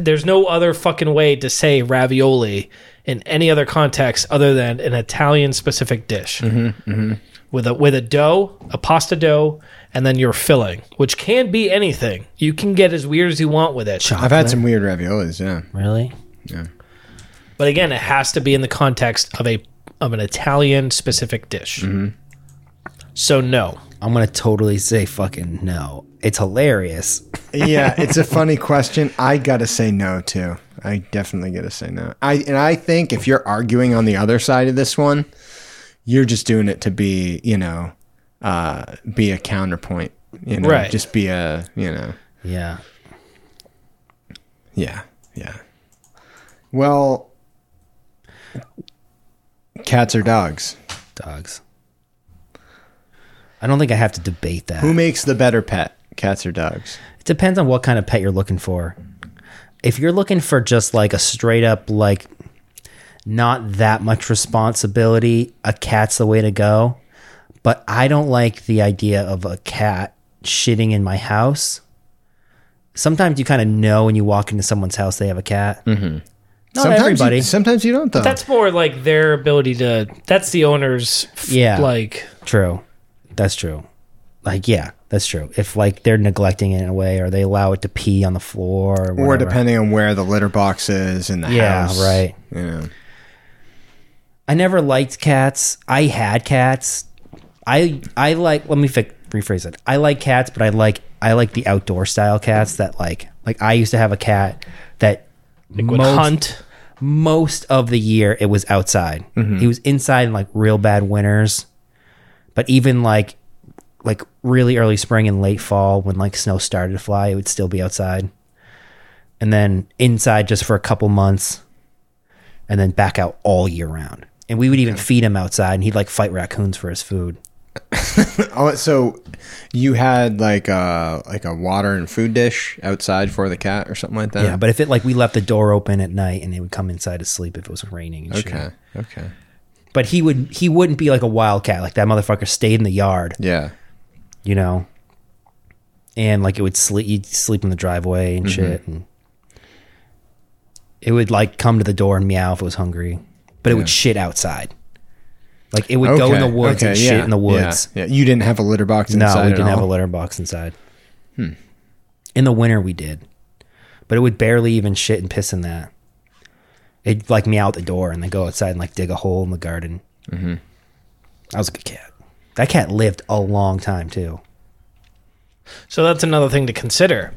C: There's no other fucking way to say ravioli in any other context other than an Italian specific dish
A: Mm-hmm,
C: with a with a dough, a pasta dough, and then your filling, which can be anything. You can get as weird as you want with it.
B: I've had some weird raviolis. Yeah.
A: Really?
C: But again, it has to be in the context of a of an Italian specific dish.
A: Mm-hmm.
C: So no.
A: I'm gonna totally say fucking no. It's hilarious.
B: yeah, it's a funny question. I gotta say no too. I definitely gotta say no. I and I think if you're arguing on the other side of this one, you're just doing it to be, you know, uh, be a counterpoint. You know,
C: Right.
B: just be a, you know,
A: Yeah.
B: yeah, yeah. Well, cats or dogs?
A: Dogs. I don't think I have to debate that.
B: Who makes the better pet? Cats or dogs?
A: It depends on what kind of pet you're looking for. If you're looking for just like a straight up like not that much responsibility, a cat's the way to go. But I don't like the idea of a cat shitting in my house. Sometimes you kind of know when you walk into someone's house they have a cat. Mm-hmm. Not
B: sometimes
A: everybody.
B: You, sometimes you don't though.
C: That's more like their ability to that's the owner's f-
A: Yeah.
C: like
A: True. That's true. Like, yeah, that's true. If like they're neglecting it in a way or they allow it to pee on the floor or,
B: or
A: whatever.
B: depending on where the litter box is in the
A: Yeah,
B: house.
A: right.
B: You know.
A: I never liked cats. I had cats. I I like let me fi- rephrase it. I like cats, but I like I like the outdoor style cats that like like I used to have a cat that
C: would
A: most,
C: hunt.
A: most of the year it was outside. He was inside in like real bad winters. But even like like really early spring and late fall when like snow started to fly, it would still be outside. And then inside just for a couple months and then back out all year round. And we would even feed him outside and he'd like fight raccoons for his food.
B: Oh, so you had like a like a water and food dish outside for the cat or something like that.
A: Yeah, but if it like we left the door open at night and they would come inside to sleep if it was raining and shit.
B: okay, okay.
A: But he would he wouldn't be like a wildcat. Like that motherfucker stayed in the yard,
B: Yeah.
A: you know. And like it would sleep you'd sleep in the driveway
B: Mm-hmm.
A: and shit and it would like come to the door and meow if it was hungry. But it would shit outside. Like it would go in the woods and shit
B: yeah,
A: in the woods.
B: Yeah, yeah. You didn't have a litter box
A: No,
B: inside.
A: we
B: at
A: didn't have a
B: all. Hmm.
A: litter box inside. In the winter, we did, but it would barely even shit and piss in that. It'd like meow out the door and then go outside and like dig a hole in the garden. Mm-hmm. I was a good cat. That cat lived a long time too.
C: So that's another thing to consider.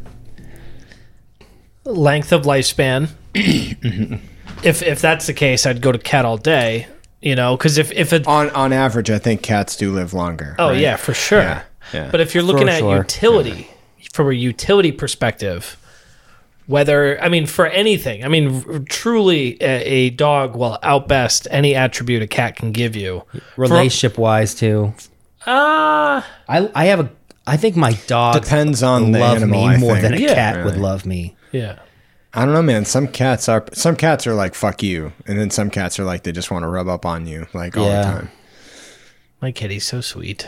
C: Length of lifespan. if if that's the case, I'd go to cat all day. You know, because if if it,
B: On on average, I think cats do live longer.
C: oh
B: right?
C: yeah, for sure.
B: Yeah, yeah.
C: But if you're looking at
A: sure.
C: utility from a utility perspective, whether I mean for anything, I mean r- truly a, a dog will outbest any attribute a cat can give you.
A: Relationship wise too.
C: Ah.
A: I I have a. I think my dog
B: Depends on the
A: love
B: animal,
A: me
B: I
A: more
B: think.
A: than a
C: Yeah.
A: cat would
B: Really.
A: love me.
C: yeah.
B: I don't know, man. Some cats are some cats are like fuck you, and then some cats are like they just want to rub up on you like all
A: Yeah.
B: the time.
C: My kitty's so sweet.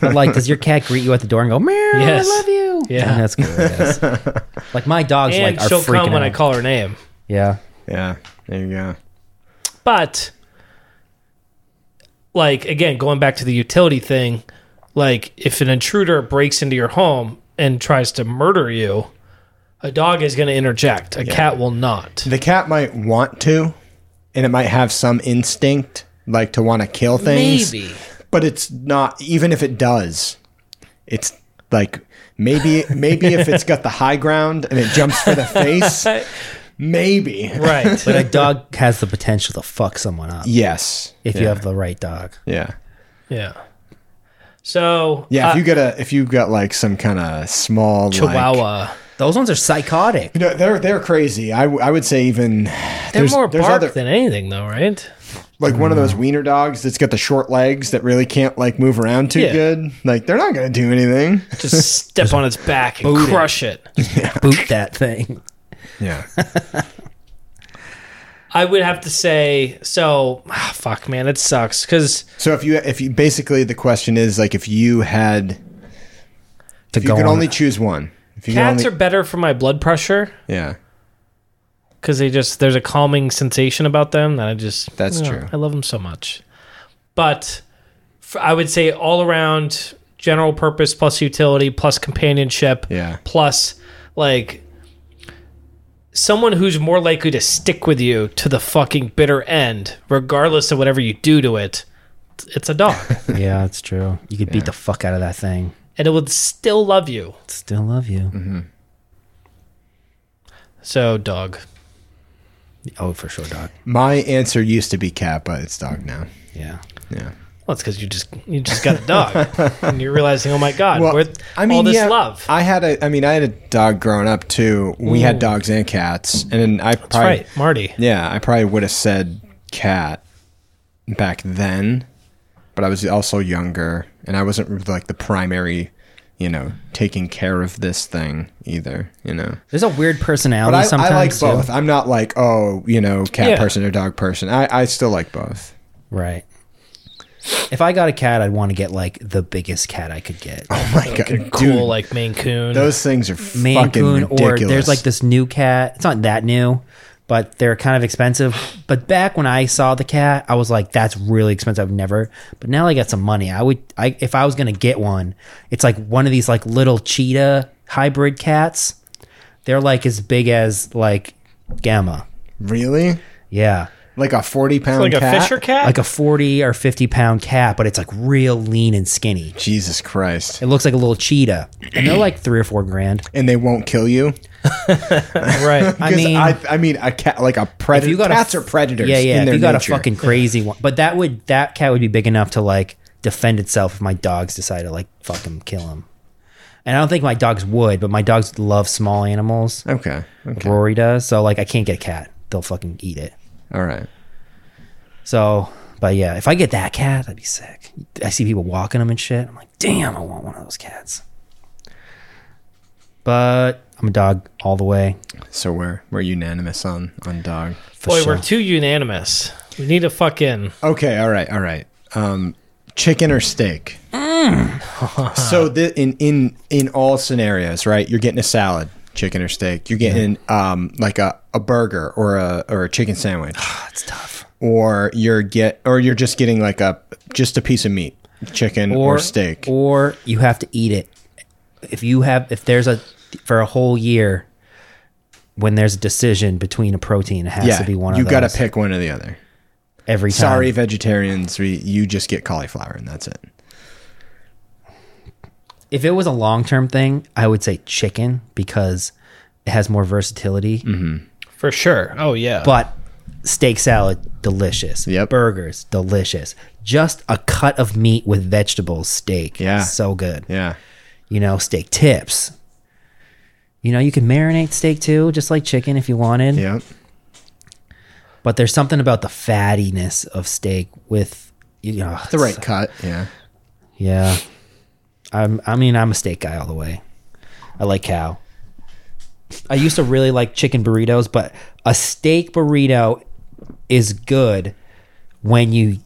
A: But like, does your cat greet you at the door and go meow?
C: Yes.
A: I love you.
C: Yeah.
A: that's good. I guess. like my dogs
C: And
A: like are
C: she'll
A: freaking
C: come when
A: out.
C: I call her name.
A: Yeah.
B: Yeah, there you go.
C: But like again, going back to the utility thing, like if an intruder breaks into your home and tries to murder you, a dog is going to interject. A cat will not.
B: The cat might want to, and it might have some instinct like to want to kill things.
C: Maybe.
B: but it's not. Even if it does, it's like maybe maybe if it's got the high ground and it jumps for the face, maybe.
C: Right.
A: But a dog has the potential to fuck someone up
B: Yes.
A: if
B: yeah.
A: you have the right dog.
B: yeah.
C: yeah. So,
B: Yeah,
C: uh,
B: if you got a if you got like some kind of small like-
C: Chihuahua.
A: Those ones are psychotic.
B: No, they're they're crazy. I, w- I would say even
C: They're
B: there's,
C: more
B: there's
C: bark
B: other
C: than anything though, right?
B: like one of those wiener dogs that's got the short legs that really can't like move around too
C: Yeah.
B: good. Like they're not gonna do anything.
C: Just step on its back and
A: Boot it.
C: crush it.
A: Boot that thing.
B: Yeah,
C: I would have to say so. ah, fuck, man, it sucks because
B: So if you if you basically the question is like if you had
A: To
B: if you
A: go
B: could
A: on.
B: only choose one. If you could
C: cats are
B: only-
C: better for my blood pressure
B: yeah.
C: because they just there's a calming sensation about them that I just
B: That's
C: you know,
B: true.
C: I love them so much, but f I I would say all around general purpose plus utility plus companionship
B: Yeah.
C: plus like someone who's more likely to stick with you to the fucking bitter end regardless of whatever you do to it it's a dog
A: yeah, it's true. You could beat the fuck out of that thing.
C: and it would still love you
A: Still love you.
C: so dog
A: Oh, for sure, dog.
B: My answer used to be cat, but it's dog now.
A: Yeah.
B: Yeah.
C: Well, it's because you just you just got a dog, and you're realizing, oh my god,
B: Well,
C: with
B: I mean,
C: all this
B: yeah,
C: love.
B: I had a I mean I had a dog growing up too. We had dogs and cats, and then I
C: That's
B: probably
C: right, Marty.
B: yeah I probably would have said cat back then, but I was also younger, and I wasn't like the primary, you know, taking care of this thing either. You know.
A: There's a weird personality
B: But I,
A: sometimes.
B: I like
A: too.
B: both. I'm not like, oh, you know, cat
C: Yeah.
B: person or dog person. I, I still like both.
A: Right. If I got a cat, I'd want to get like the biggest cat I could get.
B: Oh my god, dude,
C: Cool, like Maine Coon.
B: those things are
A: Maine
B: fucking
A: Coon, or
B: ridiculous.
A: there's like this new cat. It's not that new, but they're kind of expensive. But back when I saw the cat, I was like, "That's really expensive. I've never." But now I got some money. I would, I if I was gonna get one, it's like one of these like little cheetah hybrid cats. They're like as big as like Gamma.
B: really
A: Yeah,
B: like a forty pound
C: like
B: cat?
C: a Fisher cat.
A: like a forty or fifty pound cat, but it's like real lean and skinny.
B: Jesus Christ!
A: It looks like a little cheetah, and they're like three or four grand.
B: And they won't kill you.
C: right.
A: I
B: 'Cause
A: mean,
B: I, I mean, a cat like a
A: if
B: predator.
A: you got a-
B: Cats are predators.
A: Yeah, yeah.
B: In
A: If
B: their
A: you got
B: nature.
A: a fucking crazy one, but that would that cat would be big enough to like defend itself if my dogs decide to like fucking kill him. And I don't think my dogs would, but my dogs love small animals.
B: Okay. Okay.
A: Rory does, so like I can't get a cat; they'll fucking eat it.
B: All right.
A: So, but yeah, if I get that cat, that'd be sick. I see people walking them and shit. I'm like, damn, I want one of those cats. But I'm a dog all the way.
B: So we're we're unanimous on on dog.
A: For
C: Boy,
A: sure.
C: we're too unanimous. We need a fucking.
B: Okay, all right, all right. Um, chicken or steak.
A: Mm.
B: so the, in in in all scenarios, right? You're getting a salad, chicken or steak. You're getting um, like a, a burger or a or a chicken sandwich,
A: That's tough.
B: or you're get or you're just getting like a just a piece of meat, chicken or, steak.
A: Or you have to eat it. If you have, if there's a, for a whole year, when there's a decision between a protein, it has
B: yeah,
A: to be one of
B: you
A: those.
B: got to pick one or the other.
A: every time.
B: Sorry, vegetarians, we, you just get cauliflower and that's it.
A: If it was a long term thing, I would say chicken because it has more versatility.
B: Mm-hmm.
C: For sure. Oh, yeah.
A: But steak salad, delicious.
B: Yep.
A: Burgers, delicious. Just a cut of meat with vegetables, steak.
B: Yeah.
A: So good.
B: Yeah,
A: You know, steak tips. You know, you can marinate steak too, just like chicken if you wanted.
B: yeah.
A: But there's something about the fattiness of steak with you know
B: The right
A: it's-
B: cut. Yeah.
A: Yeah. I'm I mean I'm a steak guy all the way. I like cow. I used to really like chicken burritos, but a steak burrito is good when you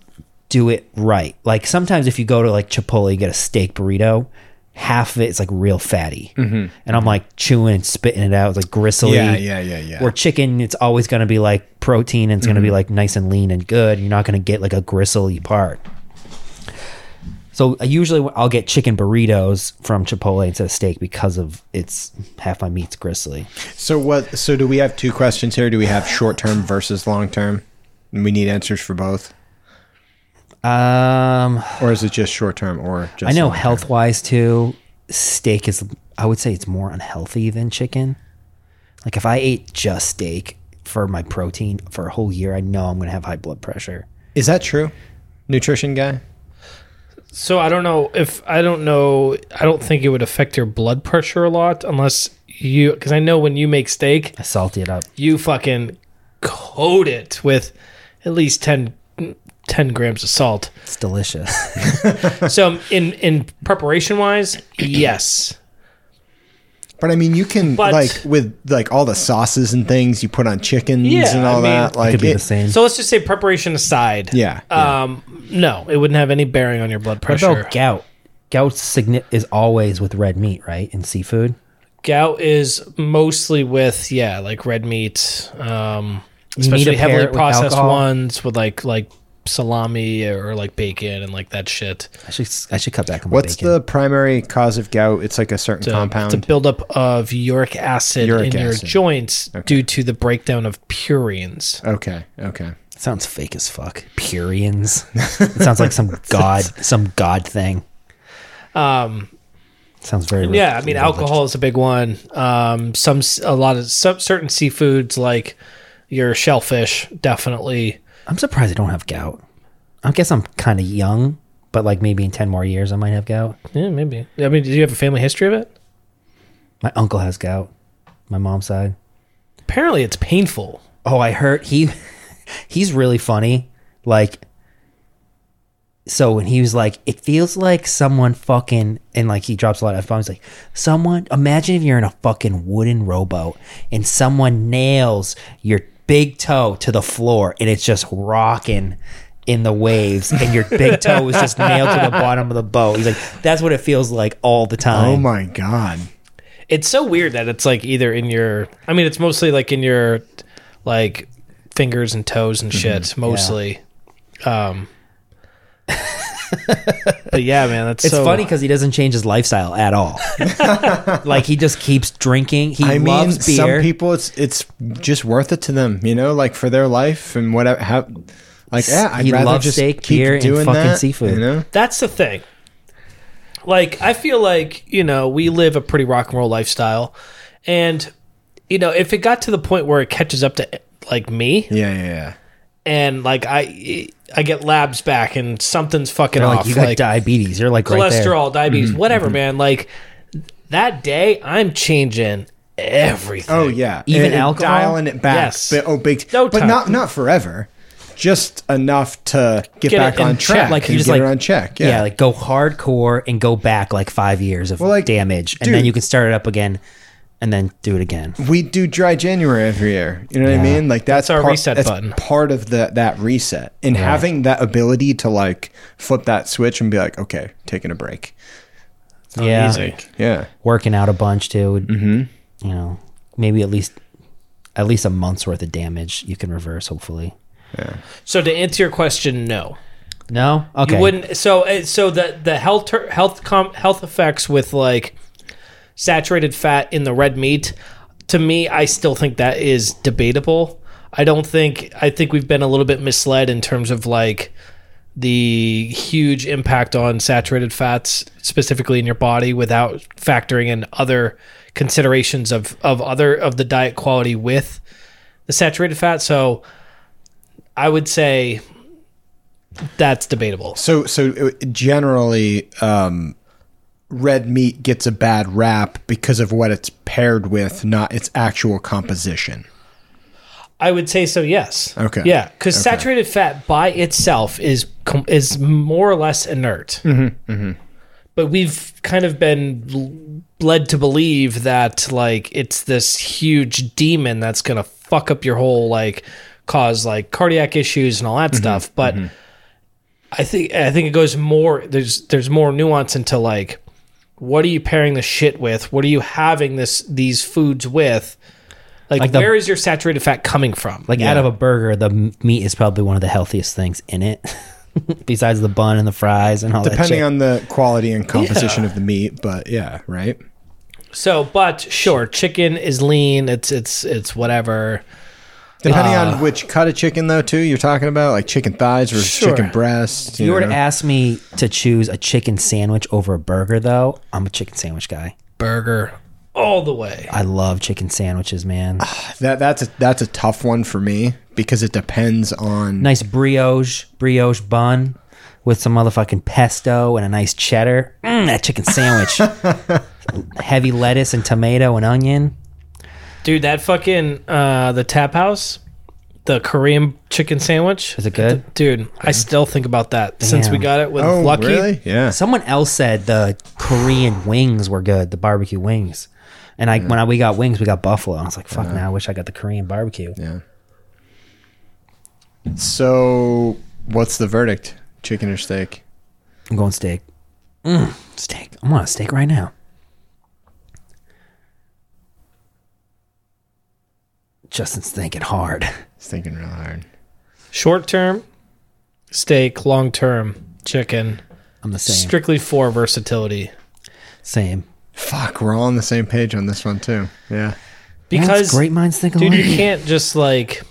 A: do it right. Like sometimes if you go to like Chipotle, you get a steak burrito, half of it is like real fatty. And I'm like chewing and spitting it out, it's like gristly.
B: Mm-hmm. Yeah, yeah, yeah, yeah.
A: Or chicken, it's always going to be like protein and it's going to be like nice and lean and good. You're not going to get like a gristly part. So I usually I'll get chicken burritos from Chipotle instead of steak because of it's half my meat's gristly.
B: So what? So do we have two questions here? Do we have short term versus long term? And we need answers for both,
A: Um,
B: or is it just short term or just?
A: I know
B: long-term?
A: health wise too, steak is I would say it's more unhealthy than chicken. Like if I ate just steak for my protein for a whole year, I know I'm gonna have high blood pressure.
B: Is that true? Nutrition guy.
C: So I don't know if I don't know. I don't think it would affect your blood pressure a lot unless you, because I know when you make steak,
A: I salty it up.
C: you fucking coat it with at least 10, 10 grams of salt.
A: It's delicious.
C: so in in preparation wise, yes.
B: But I mean, you can
C: But-
B: like with like all the sauces and things you put on chickens
C: Yeah,
B: and all
C: I mean,
B: that.
C: it
A: it
B: Like
A: could be
B: it-
A: the same.
C: So let's just say preparation aside.
B: Yeah, yeah.
C: Um, no, it wouldn't have any bearing on your blood
A: What about
C: pressure.
A: gout? Gout signi- is always with red meat, right? And seafood.
C: Gout is mostly with yeah, like red meat, um,
A: need to
C: especially
A: pair it
C: heavily
A: with
C: processed
A: alcohol.
C: ones with like like salami or like bacon and like that shit
A: I should I should cut back on my
B: What's
A: bacon.
B: the primary cause of gout? It's like a certain
C: to, to
B: compound.
C: buildup of uric acid
B: Uric
C: in
B: acid.
C: your joints due to the breakdown of purines.
B: okay, okay.
A: Sounds fake as fuck. Purians. it sounds like some god, some god thing.
C: Um,
A: Sounds very.
C: yeah, I mean, alcohol is a big one. Um, some a lot of some certain seafoods like your shellfish definitely.
A: I'm surprised I don't have gout. I guess I'm kind of young, but like maybe in ten more years I might have gout.
C: Yeah, maybe. I mean, do you have a family history of it?
A: My uncle has gout. My mom's side.
C: Apparently, it's painful.
A: Oh, I heard he he's really funny. Like so when he was like, it feels like someone fucking and like he drops a lot of F bombs like someone imagine if you're in a fucking wooden rowboat and someone nails your big toe to the floor and it's just rocking in the waves and your big toe is just nailed to the bottom of the boat. He's like, that's what it feels like all the time.
B: Oh my god.
C: It's so weird that it's like either in your. I mean, it's mostly like in your like fingers and toes
A: Mm-hmm.
C: and shit, mostly. Um, but yeah, man, that's
A: It's
C: so,
A: funny because he doesn't change his lifestyle at all. like he just keeps drinking. He
B: I mean,
A: loves beer.
B: some people it's it's just worth it to them, you know, like for their life and whatever. How, like, yeah, I'd
A: He
B: rather
A: loves
B: just
A: steak,
B: keep
A: beer, and
B: doing
A: fucking
B: that,
A: seafood.
B: You know,
C: That's the thing. Like, I feel like, you know, we live a pretty rock and roll lifestyle. And, you know, if it got to the point where it catches up to, like, me,
B: yeah, yeah, yeah.
C: and, like, I I get labs back and something's fucking
A: They're
C: off.
A: like you got diabetes. You're like right there. Mm-hmm.
C: cholesterol, diabetes, whatever, man. Like, that day, I'm changing everything.
B: Oh yeah,
A: Even alcohol?
B: dialing it back.
C: Yes.
B: But, oh, big,
C: No
B: but
C: time.
B: not not forever. Just enough to get,
C: Get
B: back
C: it in
B: on
C: check,
B: track.
A: Like you
B: and
A: just
B: get
A: like
B: her on check.
A: Yeah.
B: Yeah,
A: like go hardcore and go back like five years of
B: like,
A: damage, and then
B: dude-
A: you can start it up again and then do it again.
B: we do dry January every year. You know what
A: Yeah.
B: I mean? Like that's,
C: That's our
B: part-
C: reset
B: that's
C: button.
B: Part of the that reset and having that ability to like flip that switch and be like, okay, taking a break.
C: not
A: yeah,
C: easy.
B: Yeah,
A: working out a bunch too. Would,
B: Mm-hmm.
A: You know, maybe at least at least a month's worth of damage you can reverse. Hopefully,
C: So to answer your question, no.
A: no. Okay,
C: You wouldn't. So uh, so the the health ter- health com- health effects with like saturated fat in the red meat. To me, I still think that is debatable. I don't think. I think we've been a little bit misled in terms of like the huge impact on saturated fats specifically in your body without factoring in other considerations of of other of the diet quality with the saturated fat. So I would say that's debatable.
B: So, so it- generally, um, red meat gets a bad rap because of what it's paired with, not its actual composition.
C: I would say so. Yes.
B: Okay.
C: Yeah, because saturated fat by itself is com- is more or less inert. But we've kind of been l- led to believe that like it's this huge demon that's gonna fuck up your whole like cause like cardiac issues and all that stuff. But I think I think it goes more. There's there's more nuance into like what are you pairing the shit with? What are you having this these foods with? Like,
A: Like the-
C: where is your saturated fat coming from?
A: like out of a burger, the m- meat is probably one of the healthiest things in it, besides the bun and the fries and all that.
B: Depending
A: shit.
B: on the quality and composition of the meat, but yeah, right.
C: So, but sure, chicken is lean. It's it's it's whatever.
B: Depending
A: Uh,
B: on which cut of chicken, though, too, you're talking about like chicken thighs versus
C: Sure.
B: chicken breasts.
A: If you were to
B: know.
A: ask me to choose a chicken sandwich over a burger, though, I'm a chicken sandwich guy.
C: Burger all the way.
A: I love chicken sandwiches, man.
B: That that's a, that's a tough one for me because it depends on
A: nice brioche brioche bun with some motherfucking pesto and a nice cheddar. Mm, that chicken sandwich, heavy lettuce and tomato and onion.
C: Dude, that fucking uh the tap house, the Korean chicken sandwich.
A: Is it good?
C: Dude, I still think about that since we
A: Damn.
C: got it with
B: oh
C: Lucky.
B: really yeah
A: Someone else said the Korean wings were good, the barbecue wings. And I when I, we got wings, we got buffalo. I was like, fuck, now I wish I got the Korean barbecue.
B: yeah. So what's the verdict? Chicken or steak?
A: I'm going steak. Mm, steak. I'm on a steak right now. Justin's thinking hard.
B: It's thinking real hard.
C: Short term, steak. Long term, chicken.
A: I'm the same.
C: Strictly for versatility.
A: same.
B: Fuck, we're all on the same page on this one too. Yeah.
A: Man, it's
C: Because
A: great minds think alike.
C: dude, you can't just like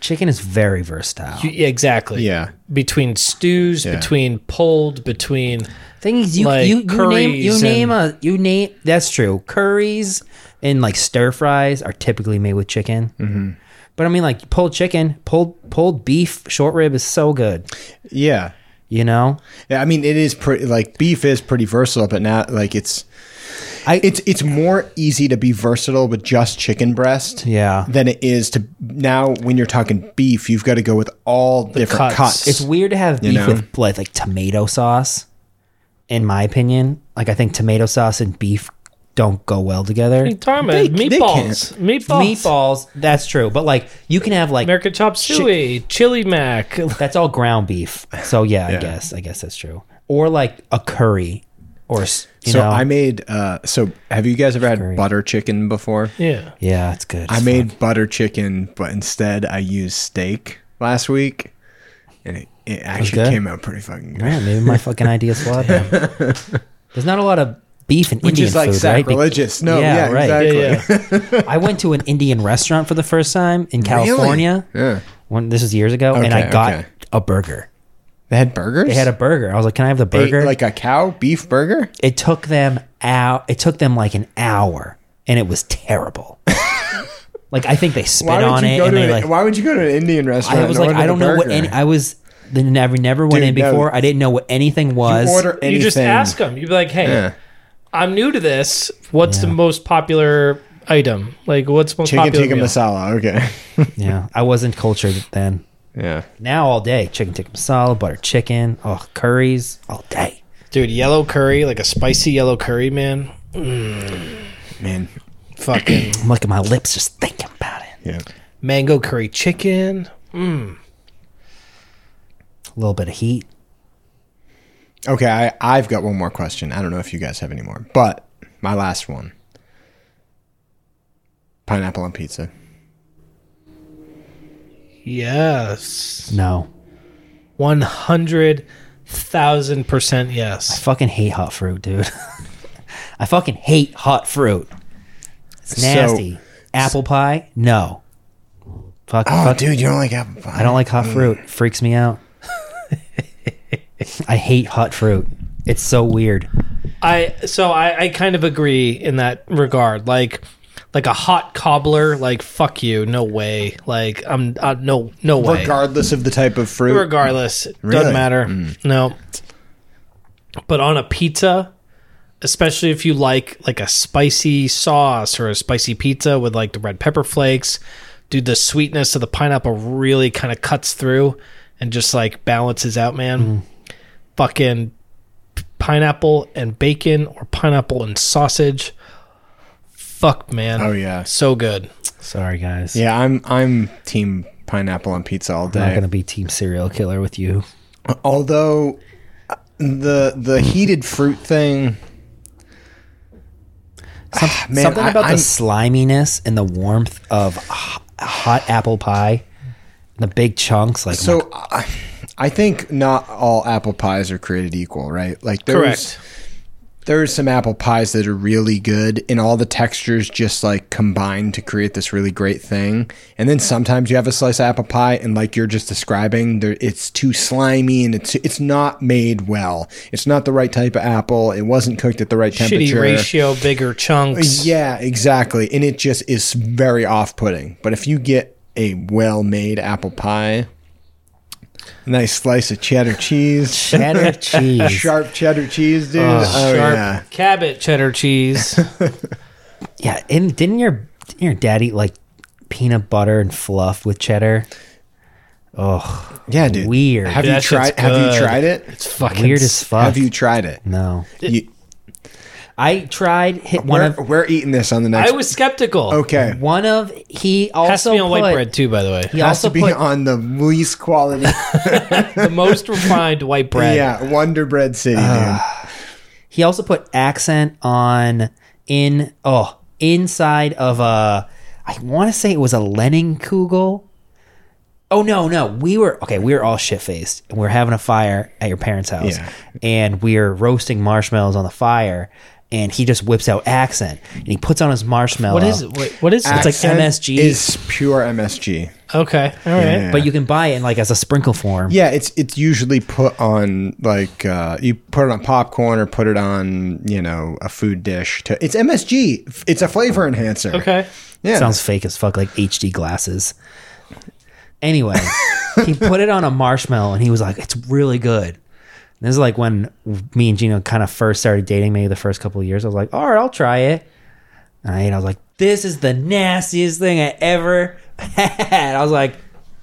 A: Chicken is very versatile.
C: you- exactly.
B: Yeah.
C: Between stews,
B: Yeah.
C: between pulled, between
A: Thing is, you
C: like,
A: you, you name you
C: curries
A: name a you name that's true. Curries and like stir fries are typically made with chicken. Mm-hmm. But I mean, like pulled chicken, pulled pulled beef, short rib is so good.
B: Yeah.
A: You know,
B: Yeah, I mean it is pretty like beef is pretty versatile, but not like it's
A: I
B: it's it's more easy to be versatile with just chicken breast.
A: yeah.
B: Than it is to now when you're talking beef, you've got to go with all different
C: cuts.
B: cuts.
A: It's weird to have beef
B: know?
A: with like, like tomato sauce. In my opinion, like I think tomato sauce and beef don't go well together.
C: Tom, uh,
B: They- they
C: meatballs, meatballs,
A: Meatballs, that's true, but like you can have like
C: American chop suey, chili mac.
A: That's all ground beef. So yeah, I
B: Yeah.
A: guess I guess that's true. Or like a curry, or s- you
B: so
A: know,
B: I made uh so have you guys ever had butter chicken before?
C: Yeah,
A: yeah, it's good.
B: I made butter chicken, but instead I used steak last week, and it, it actually
A: good?
B: came out pretty fucking good.
A: man, maybe my fucking idea flawed. Then. There's not a lot of beef in
B: Which
A: Indian
B: is like
A: food, right? Be-
B: sacrilegious. No,
A: Yeah,
B: yeah,
A: right.
C: yeah,
B: exactly.
C: yeah.
A: I went to an Indian restaurant for the first time in California.
B: Yeah.
A: When this was years ago, and I
B: Okay,
A: got
B: okay.
A: a burger.
B: They had burgers.
A: They had a burger. I was like, "Can I have the burger?"
B: like a cow beef burger.
A: it took them out. It took them like an hour, and it was terrible. like I think they spit
B: Why
A: on
B: would you
A: it,
B: go
A: and
B: to
A: they
B: an,
A: like
B: Why would you go to an Indian restaurant?
A: I was
B: and
A: like,
B: order
A: I don't
B: the
A: know what
B: burger?
A: any. I was the never never went
B: Dude,
A: in
B: no.
A: before. I didn't know what anything was.
B: order anything.
C: You just ask them. You'd be like, "Hey,
B: Yeah.
C: I'm new to this. What's the most popular item? Like, what's the most
B: Chicken
C: popular?"
B: tikka
C: meal?"
B: masala. Okay.
A: Yeah, I wasn't cultured then.
B: yeah.
A: Now all day, chicken tikka masala, butter chicken, oh curries all day.
C: Dude, yellow curry, like a spicy yellow curry, man.
B: Man,
C: fucking
A: Look at my lips just thinking about it.
B: Yeah.
C: mango curry chicken.
A: A little bit of heat.
B: Okay, I, I've got one more question. I don't know if you guys have any more, but my last one pineapple on pizza.
C: Yes.
A: No.
C: 100,000%
A: I
C: yes.
A: fucking hate hot fruit, dude. I fucking hate hot fruit. It's
B: So-
A: nasty. Apple pie? No. Fuck,
B: Oh,
A: fuck
B: dude, you don't like apple pie.
A: I don't like hot
B: Mm.
A: fruit. Freaks me out. I hate hot fruit. It's so weird.
C: I so I, I kind of agree in that regard. Like like a hot cobbler, like fuck you, no way. Like I'm uh, no no way.
B: Regardless of the type of fruit.
C: Regardless,
B: Really? Hmm.
C: doesn't matter. No. But on a pizza, especially if you like like a spicy sauce or a spicy pizza with like the red pepper flakes, dude, the sweetness of the pineapple really kind of cuts through and just like balances out,
B: Hmm.
C: man. Fucking pineapple and bacon or pineapple and sausage. Fuck, man.
B: oh, yeah.
C: So good.
A: Sorry, guys.
B: Yeah, I'm I'm team pineapple on pizza all
A: I'm not
B: day.
A: gonna be team serial killer with you.
B: Although uh, the the heated fruit thing,
A: Some-
B: man,
A: something
B: I-
A: about
B: I'm-
A: the sliminess and the warmth of h- hot apple pie, and the big chunks. Like,
B: so I, I think not all apple pies are created equal, right? Like there's
C: Correct.
B: there's some apple pies that are really good and all the textures just like combine to create this really great thing. And then sometimes you have a slice of apple pie and like you're just describing there it's too slimy and it's it's not made well. It's not the right type of apple. It wasn't cooked at the right temperature.
C: Shitty ratio, bigger chunks.
B: Yeah, exactly. And it just is very off putting. But if you get a well made apple pie, a nice slice of cheddar cheese,
A: cheddar cheese.
B: sharp cheddar cheese, dude. Oh,
C: sharp
B: yeah.
C: Cabot cheddar cheese.
A: Yeah, and didn't your didn't your dad eat like peanut butter and fluff with cheddar? Oh,
B: Yeah, dude.
A: Weird.
B: Have
C: Dude,
B: you
C: that
B: tried
C: shit's
B: have you
C: good.
B: tried it?
C: It's fucking
A: weird as fuck.
B: Have you tried it?
A: no,
B: You-
A: I tried hit one
B: we're,
A: of
B: we're eating this on the next
C: I was skeptical.
B: Okay.
A: one of he also
C: Has to be on
A: put,
C: white bread too, by the way.
A: He
B: Has
A: also
B: to be
A: put
B: on the least quality.
C: The most refined white bread.
B: yeah, Wonder Bread City, dude.
A: He also put accent on in oh inside of a I want to say it was a Lenin Kugel. Oh no no we were okay we were all shit faced and we were having a fire at your parents' house
B: Yeah.
A: and we are roasting marshmallows on the fire and he just whips out accent and he puts on his marshmallow.
C: What is it? What, what is it?
A: like
B: Accent
A: MSG.
B: is pure MSG.
C: Okay. All right.
B: Yeah.
A: But you can buy it in like as a sprinkle form.
B: Yeah, it's it's usually put on like uh, you put it on popcorn or put it on you know a food dish. To, it's MSG. F- It's a flavor enhancer.
C: Okay.
B: Yeah.
A: Sounds fake as fuck, like HD glasses. Anyway, he put it on a marshmallow and he was like, it's really good. And this is like when me and Gino kind of first started dating, maybe the first couple of years. I was like, all right, I'll try it. And I, ate, I was like, this is the nastiest thing I ever had. I was like,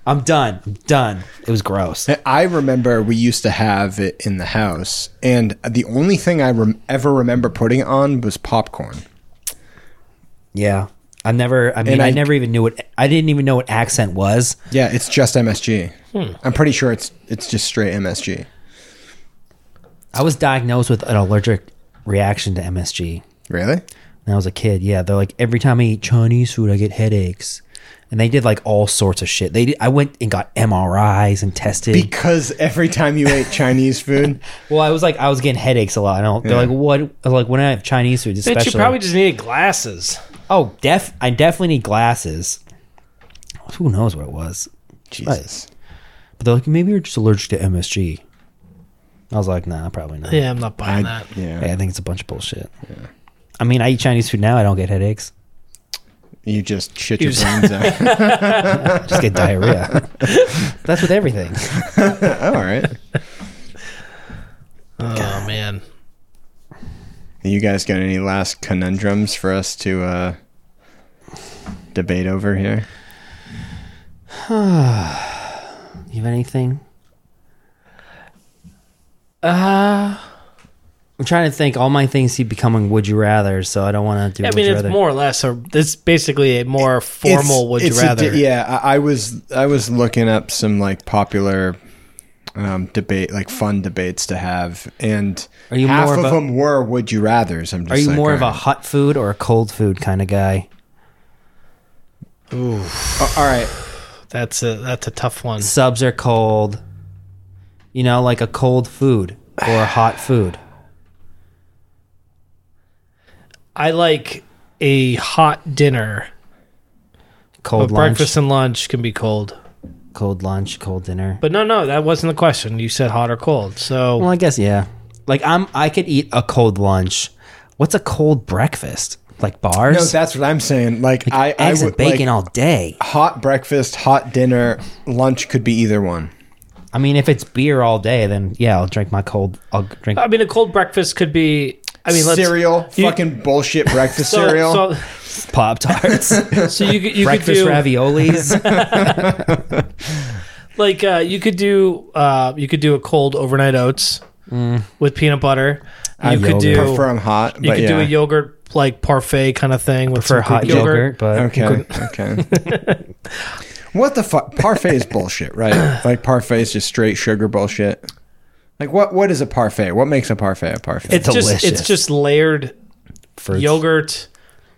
A: I'm done. I'm done. It was gross.
B: I remember we used to have it in the house, and the only thing I rem- ever remember putting it on was popcorn.
A: Yeah. I never, I mean,
B: And
A: I,
B: I-
A: never even knew what, I didn't even know what accent was.
B: Yeah, it's just MSG.
C: Hmm.
B: I'm pretty sure it's it's just straight MSG.
A: I was diagnosed with an allergic reaction to MSG.
B: Really?
A: when I was a kid. Yeah, they're like every time I eat Chinese food, I get headaches, and they did like all sorts of shit. They did, I went and got MRIs and tested.
B: Because every time you ate Chinese food,
A: well, I was like I was getting headaches a lot. And I'll- they're like, what? I was like when I have Chinese food,
C: Bitch,
A: especially.
C: you probably just needed glasses.
A: oh, def. I definitely need glasses. Who knows what it was?
B: Jesus.
A: But they're like, maybe you're just allergic to MSG. I was like, nah, probably not.
C: Yeah, I'm not buying that.
A: Yeah,
B: Yeah,
A: I think it's a bunch of bullshit. I mean, I eat Chinese food now. I don't get headaches.
B: you just shit your
C: You just-
B: brains out.
A: I just get diarrhea. That's with everything.
B: All right.
C: Oh man.
B: You guys got any last conundrums for us to uh, debate over here?
A: You have anything?
C: Uh
A: I'm trying to think. All my things keep becoming would you rather, so I don't want to do.
C: I
A: would
C: mean,
A: you
C: it's
A: rather.
C: more or less, or it's basically a more formal
B: It's-
C: would you
B: it's a
C: rather.
B: di- yeah, I, I was I was looking up some like popular um, debate, like fun debates to have, and
A: Are you
B: half
A: more
B: of
A: of a-
B: them were would you rather's. I'm just
A: Are you
B: like,
A: more of a
B: all right.
A: hot food or a cold food kind of guy?
B: A- all right,
C: That's a that's a tough one.
A: Subs are cold. You know, like a cold food or a hot food.
C: I like a hot dinner, but
A: Cold lunch,
C: breakfast and lunch can be cold.
A: cold lunch, cold dinner.
C: But no, no, that wasn't the question. You said hot or cold. So
A: Well, I guess yeah. Like I'm, I could eat a cold lunch. What's a cold breakfast? Like bars,
B: no, that's what I'm saying. Like, I, I
A: eggs
B: would
A: and bacon
B: like,
A: all day.
B: hot breakfast, hot dinner, lunch could be either one.
A: I mean, if it's beer all day, then yeah, I'll drink my cold. I'll drink.
C: I mean, a cold breakfast could be. I mean, let's,
B: cereal,
C: you-
B: fucking bullshit breakfast
C: So,
B: cereal.
C: So,
A: Pop tarts,
C: so you could you
A: breakfast
C: could do
A: raviolis.
C: like uh, you could do uh, you could do a cold overnight oats with peanut butter. You
A: I
C: could do
A: yogurt.
B: prefer 'em hot,
C: you
B: but
C: could
B: yeah.
C: do a yogurt like parfait kind of thing with
A: for
C: some
A: hot
C: Greek yogurt.
A: yogurt, but
B: Okay, okay. what the fuck? Parfait is bullshit, right? Like parfait is just straight sugar bullshit. Like what? What is a parfait? What makes a parfait a parfait?
C: It's just it's
A: Delicious.
C: just layered
A: fruits.
C: yogurt,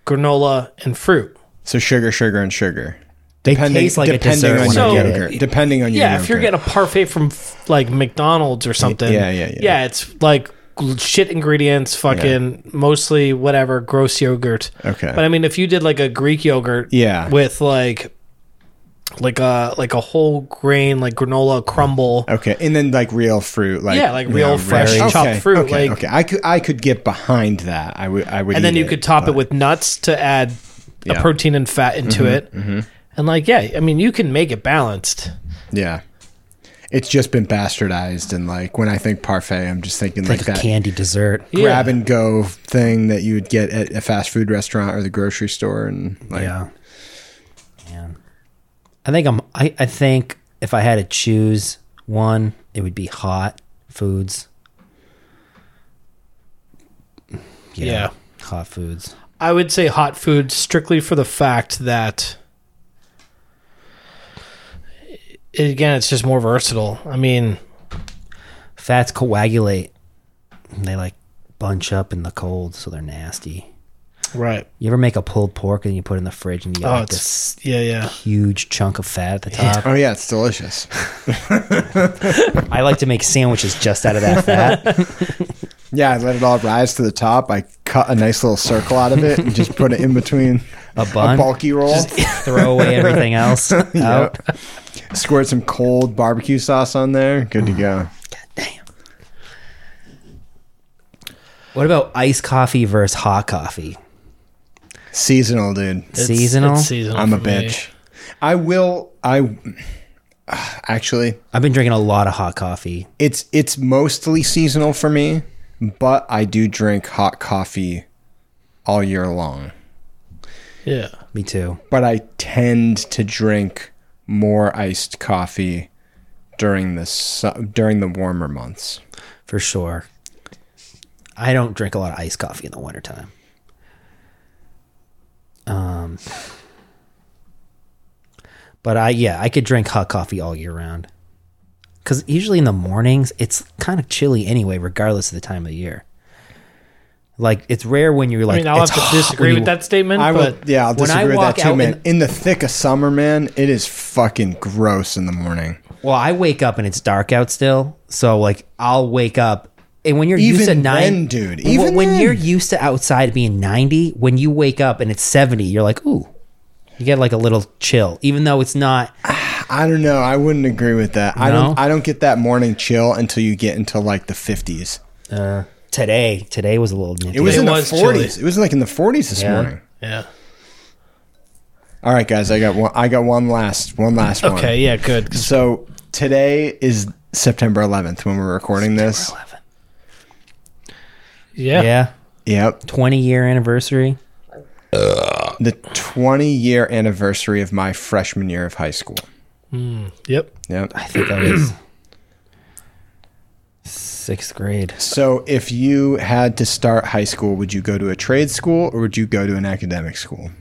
C: granola, and fruit.
B: so sugar, sugar, and sugar.
A: They taste like a dessert
B: on
A: when
C: So-
A: I
B: your
A: get
B: yogurt.
A: it.
B: Depending on your
C: Yeah,
B: yogurt.
C: if you're getting a parfait from f- like McDonald's or something.
B: yeah, yeah, yeah.
C: Yeah, it's like gl- shit ingredients, fucking mostly whatever gross yogurt.
B: Okay.
C: But I mean, if you did like a Greek yogurt,
B: Yeah.
C: with like like a like a whole grain like granola crumble.
B: okay, and then like real fruit, like
C: Yeah, like
B: you
C: real fresh
B: berries.
C: chopped
B: Okay,
C: fruit,
B: Okay,
C: like-
B: okay, I could I could get behind that. I would I would,
C: and then
B: eat
C: you could top it
B: but-
C: with nuts to add
B: Yeah. Mm-hmm,
C: a protein and fat into it. And like, yeah, I mean, you can make it balanced.
B: Yeah. It's just been bastardized, and like when I think parfait, I'm just thinking like,
A: Like a
B: that
A: candy dessert.
B: grab
C: Yeah.
B: and go thing that you would get at a fast food restaurant or the grocery store, and like
A: Yeah. Man. I think I'm I, I think if I had to choose one, it would be hot foods.
C: Yeah.
A: Hot foods.
C: I would say hot food strictly for the fact that again, it's just more versatile. I mean,
A: Fats coagulate. And they like bunch up in the cold, so they're nasty.
C: right?
A: You ever make a pulled pork and you put it in the fridge and you get
C: Oh,
A: like this
C: it's yeah, yeah.
A: huge chunk of fat at the top?
B: oh yeah, it's delicious.
A: I like to make sandwiches just out of that fat.
B: yeah, I let it all rise to the top. I cut a nice little circle out of it and just put it in between
A: A
B: a
A: bun.
B: bulky roll.
A: throw away everything else. out.
B: Squirt some cold barbecue sauce on there. Good to go.
A: Damn. What about iced coffee versus hot coffee?
B: Seasonal, dude.
C: It's-
A: seasonal.
C: it's seasonal.
B: I'm a
C: for me.
B: bitch. I will. I actually.
A: I've been drinking a lot of hot coffee.
B: it's it's mostly seasonal for me, but I do drink hot coffee all year long.
C: Yeah,
A: Me too.
B: But I tend to drink more iced coffee during the su- during the warmer months.
A: For sure. I don't drink a lot of iced coffee in the wintertime. Um But I yeah, I could drink hot coffee all year round. Cuz usually in the mornings it's kind of chilly anyway regardless of the time of the year. Like it's rare when you're
C: I
A: like
C: mean, I'll
A: it's
C: have
A: hot
C: to
A: when
C: disagree
A: you-
C: with that statement,
B: I
C: but
B: will, yeah, I'll
A: when I
B: disagree with that
A: walk
B: too,
A: out
B: man.
A: in-
B: In, the thick of summer, man, it is fucking gross in the morning.
A: Well, I wake up and it's dark out still, so like I'll wake up. And when you're
B: Even
A: used to
B: then,
A: nine,
B: dude,
A: w-
B: even
A: when
B: then.
A: you're used to outside being ninety, when you wake up and it's seventy, you're like, ooh, you get like a little chill, even though it's not.
B: I don't know. I wouldn't agree with that. I
A: No?
B: don't. I don't get that morning chill until you get into like the fifties.
A: Uh, today, today was a little.
B: It was
C: It
B: in
C: was
B: the
C: chilly.
B: forties. It was like in the forties this
A: Yeah.
B: morning.
C: yeah.
B: All right, guys, I got one. I got one last. One last one.
C: Okay, yeah, good. 'Cause
B: So today is September 11th when we're recording this.
C: Yeah,
A: yeah.
C: yeah,
B: Yep.
A: twenty year anniversary.
B: The 20 year anniversary of my freshman year of high school.
C: yep.
B: Yep.
A: I think that was Sixth grade.
B: So, if you had to start high school, would you go to a trade school or would you go to an academic school?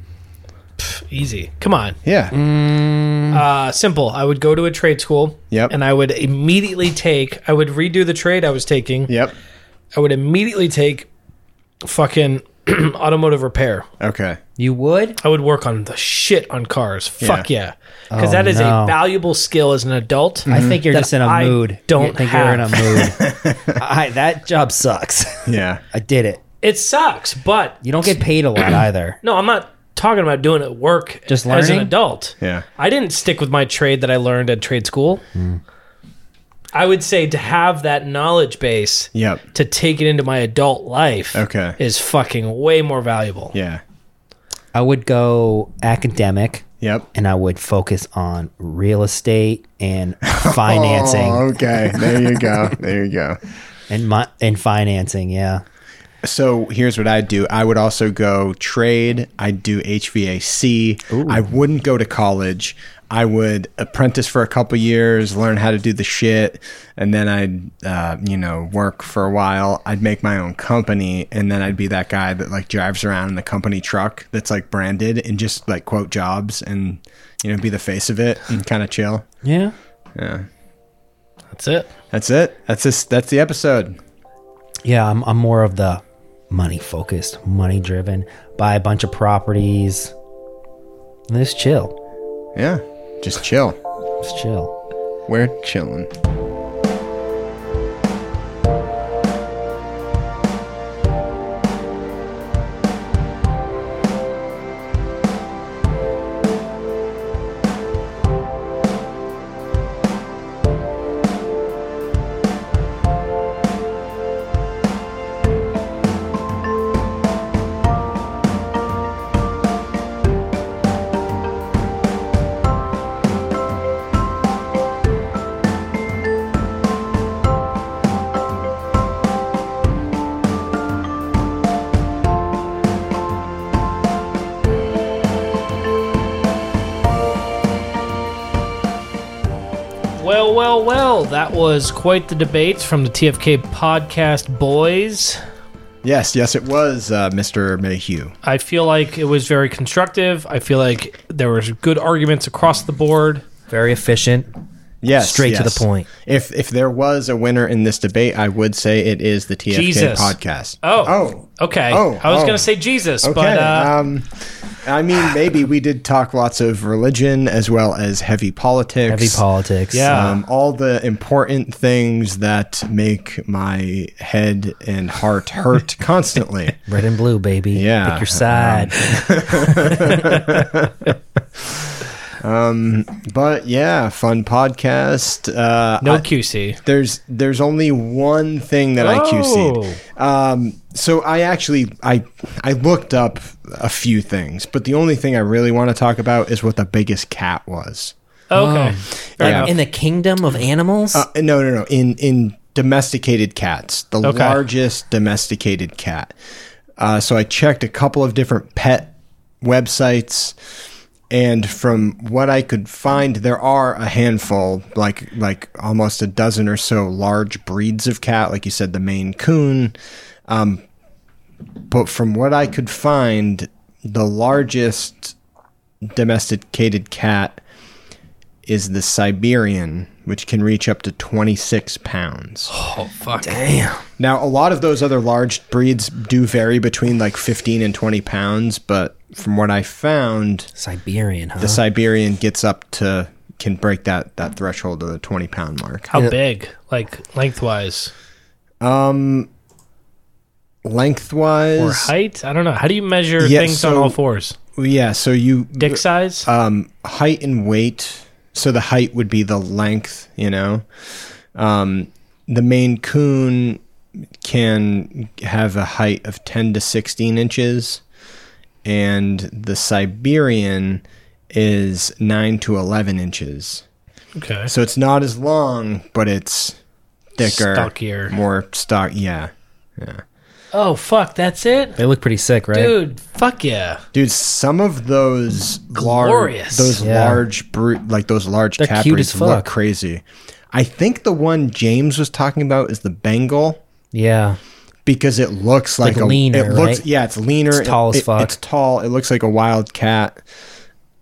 C: Easy. Come on.
B: Yeah.
A: Mm.
C: Uh, simple. I would go to a trade school.
B: Yep.
C: And I would immediately take. I would redo the trade I was taking.
B: Yep.
C: I would immediately take fucking automotive repair.
B: Okay.
A: You would?
C: I would work on the shit on cars. Fuck yeah, because
A: Oh,
C: that is
A: no.
C: a valuable skill as an adult.
A: I
B: Mm-hmm.
A: think you're
C: that
A: just in a
C: I
A: mood.
C: don't
A: I think
C: have.
A: you're in a mood. I, that job sucks.
B: Yeah.
A: I did it.
C: It sucks, but
A: You don't get paid a lot either.
C: no, I'm not talking about doing it work
A: Just
C: as an
A: learning?
C: adult.
B: Yeah.
C: I didn't stick with my trade that I learned at trade school. I would say to have that knowledge base
B: Yep.
C: to take it into my adult life
B: Okay.
C: is fucking way more valuable.
B: Yeah.
A: I would go academic
B: Yep.
A: and I would focus on real estate and financing
B: Oh, okay. There you go. There you go.
A: and my and financing, yeah.
B: So here's what I do. I would also go trade. I do HVAC. I wouldn't go to college. I would apprentice for a couple years, learn how to do the shit, and then I'd, uh, you know, work for a while. I'd make my own company, and then I'd be that guy that like drives around in the company truck that's like branded and just like quote jobs and you know be the face of it and kind of chill.
A: Yeah.
C: That's it.
B: That's it. That's this. That's the episode.
A: Yeah, I'm I'm more of the money focused, money driven, buy a bunch of properties. And just chill.
B: Yeah, just chill.
A: Just chill.
B: We're chilling.
C: Well, well, well, that was quite the debate from the TFK podcast boys.
B: Yes, yes, it was uh, Mr. Mayhew.
C: I feel like it was very constructive. I feel like there was good arguments across the board.
A: Very efficient.
B: Yes,
A: Straight to the
B: yes.
A: point.
B: If if there was a winner in this debate, I would say it is the TFK
C: Jesus.
B: podcast.
C: Oh. Okay.
B: Oh,
C: I was
B: oh.
C: going to say Jesus,
B: okay.
C: but uh,
B: um, I mean, maybe we did talk lots of religion as well as heavy politics.
A: Heavy politics.
C: Yeah.
B: Um, all the important things that make my head and heart hurt constantly.
A: Red and blue, baby.
B: Yeah.
A: Pick your side.
B: But yeah, fun podcast. Uh,
C: no
B: I-
C: QC.
B: there's there's only one thing that I
C: Oh.
B: QC'd. Um, so I actually I I looked up a few things, but the only thing I really want to talk about is what the biggest cat was.
C: Okay. Fair
A: Like,
B: Yeah.
C: enough.
A: in the kingdom of animals?
B: Uh, no, no, no. In in domesticated cats, the
C: Okay.
B: largest domesticated cat. Uh, so I checked a couple of different pet websites, and from what I could find, there are a handful, like like almost a dozen or so large breeds of cat. Like you said, the Maine Coon. Um, but from what I could find, the largest domesticated cat is the Siberian, which can reach up to 26 pounds.
C: Oh, fuck.
B: Now, a lot of those other large breeds do vary between like 15 and 20 pounds, but from what I found,
A: Siberian, huh?
B: the Siberian gets up to can break that that threshold of the 20 pound mark.
C: How big? Like lengthwise
B: Lengthwise,
C: or height? I don't know. How do you measure
B: Yeah,
C: things on
B: so-
C: all fours?
B: yeah, so you
C: Dick size?
B: um height and weight. So the height would be the length, you know. Um the Maine Coon can have a height of 10 to 16 inches and the Siberian is 9 to 11 inches.
C: okay.
B: So it's not as long, but it's thicker,
C: Stockier.
B: more stock, yeah.
C: Oh, fuck. That's it?
A: they look pretty sick, right?
C: Dude, fuck yeah.
B: Dude, some of those large,
C: Glorious.
B: those
A: Yeah.
B: large, bru- like those large
A: They're
B: cat
A: cute
B: breeds
A: as
B: look
A: fuck.
B: crazy. I think the one James was talking about is the Bengal
A: Yeah.
B: because it looks like,
A: like
B: a
A: leaner,
B: It looks,
A: right?
B: Yeah, it's leaner.
A: It's tall as
B: it,
A: fuck.
B: It's tall. It looks like a wild cat,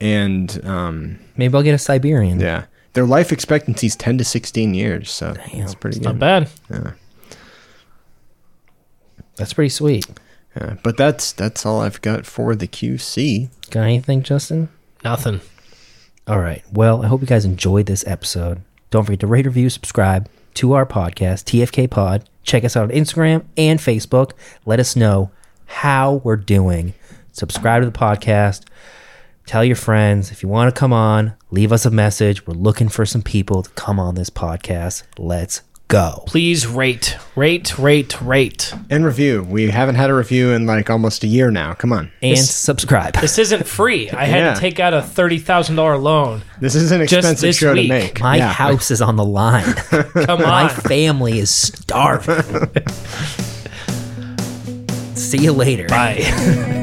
B: and um,
A: Maybe I'll get a Siberian.
B: yeah, their life expectancy is ten to sixteen years, so that's pretty
C: Not
B: good.
C: bad.
A: That's pretty sweet.
B: Yeah, but that's that's all I've got for the QC.
A: Got anything, Justin?
C: Nothing.
A: All right. Well, I hope you guys enjoyed this episode. Don't forget to rate, review, subscribe to our podcast, TFK Pod. Check us out on Instagram and Facebook. Let us know how we're doing. Subscribe to the podcast. Tell your friends. If you want to come on, leave us a message. We're looking for some people to come on this podcast. Let's go.
C: Please rate, rate, rate, rate.
B: And review. We haven't had a review in like almost a year now. Come on,
A: And subscribe.
C: This isn't free. I had
B: Yeah.
C: to take out a thirty thousand dollar loan.
B: this is an expensive
C: this
B: show to
C: week.
B: make.
A: My
B: Yeah.
A: house is on the line.
C: Come
A: My
C: on.
A: family is starving. See you later.
C: Bye.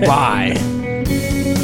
C: Bye.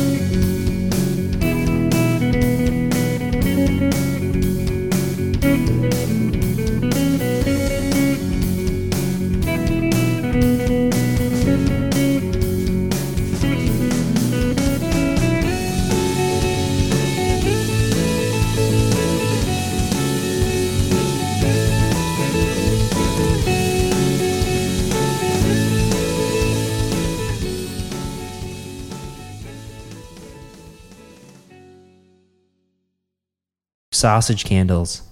A: Sausage candles.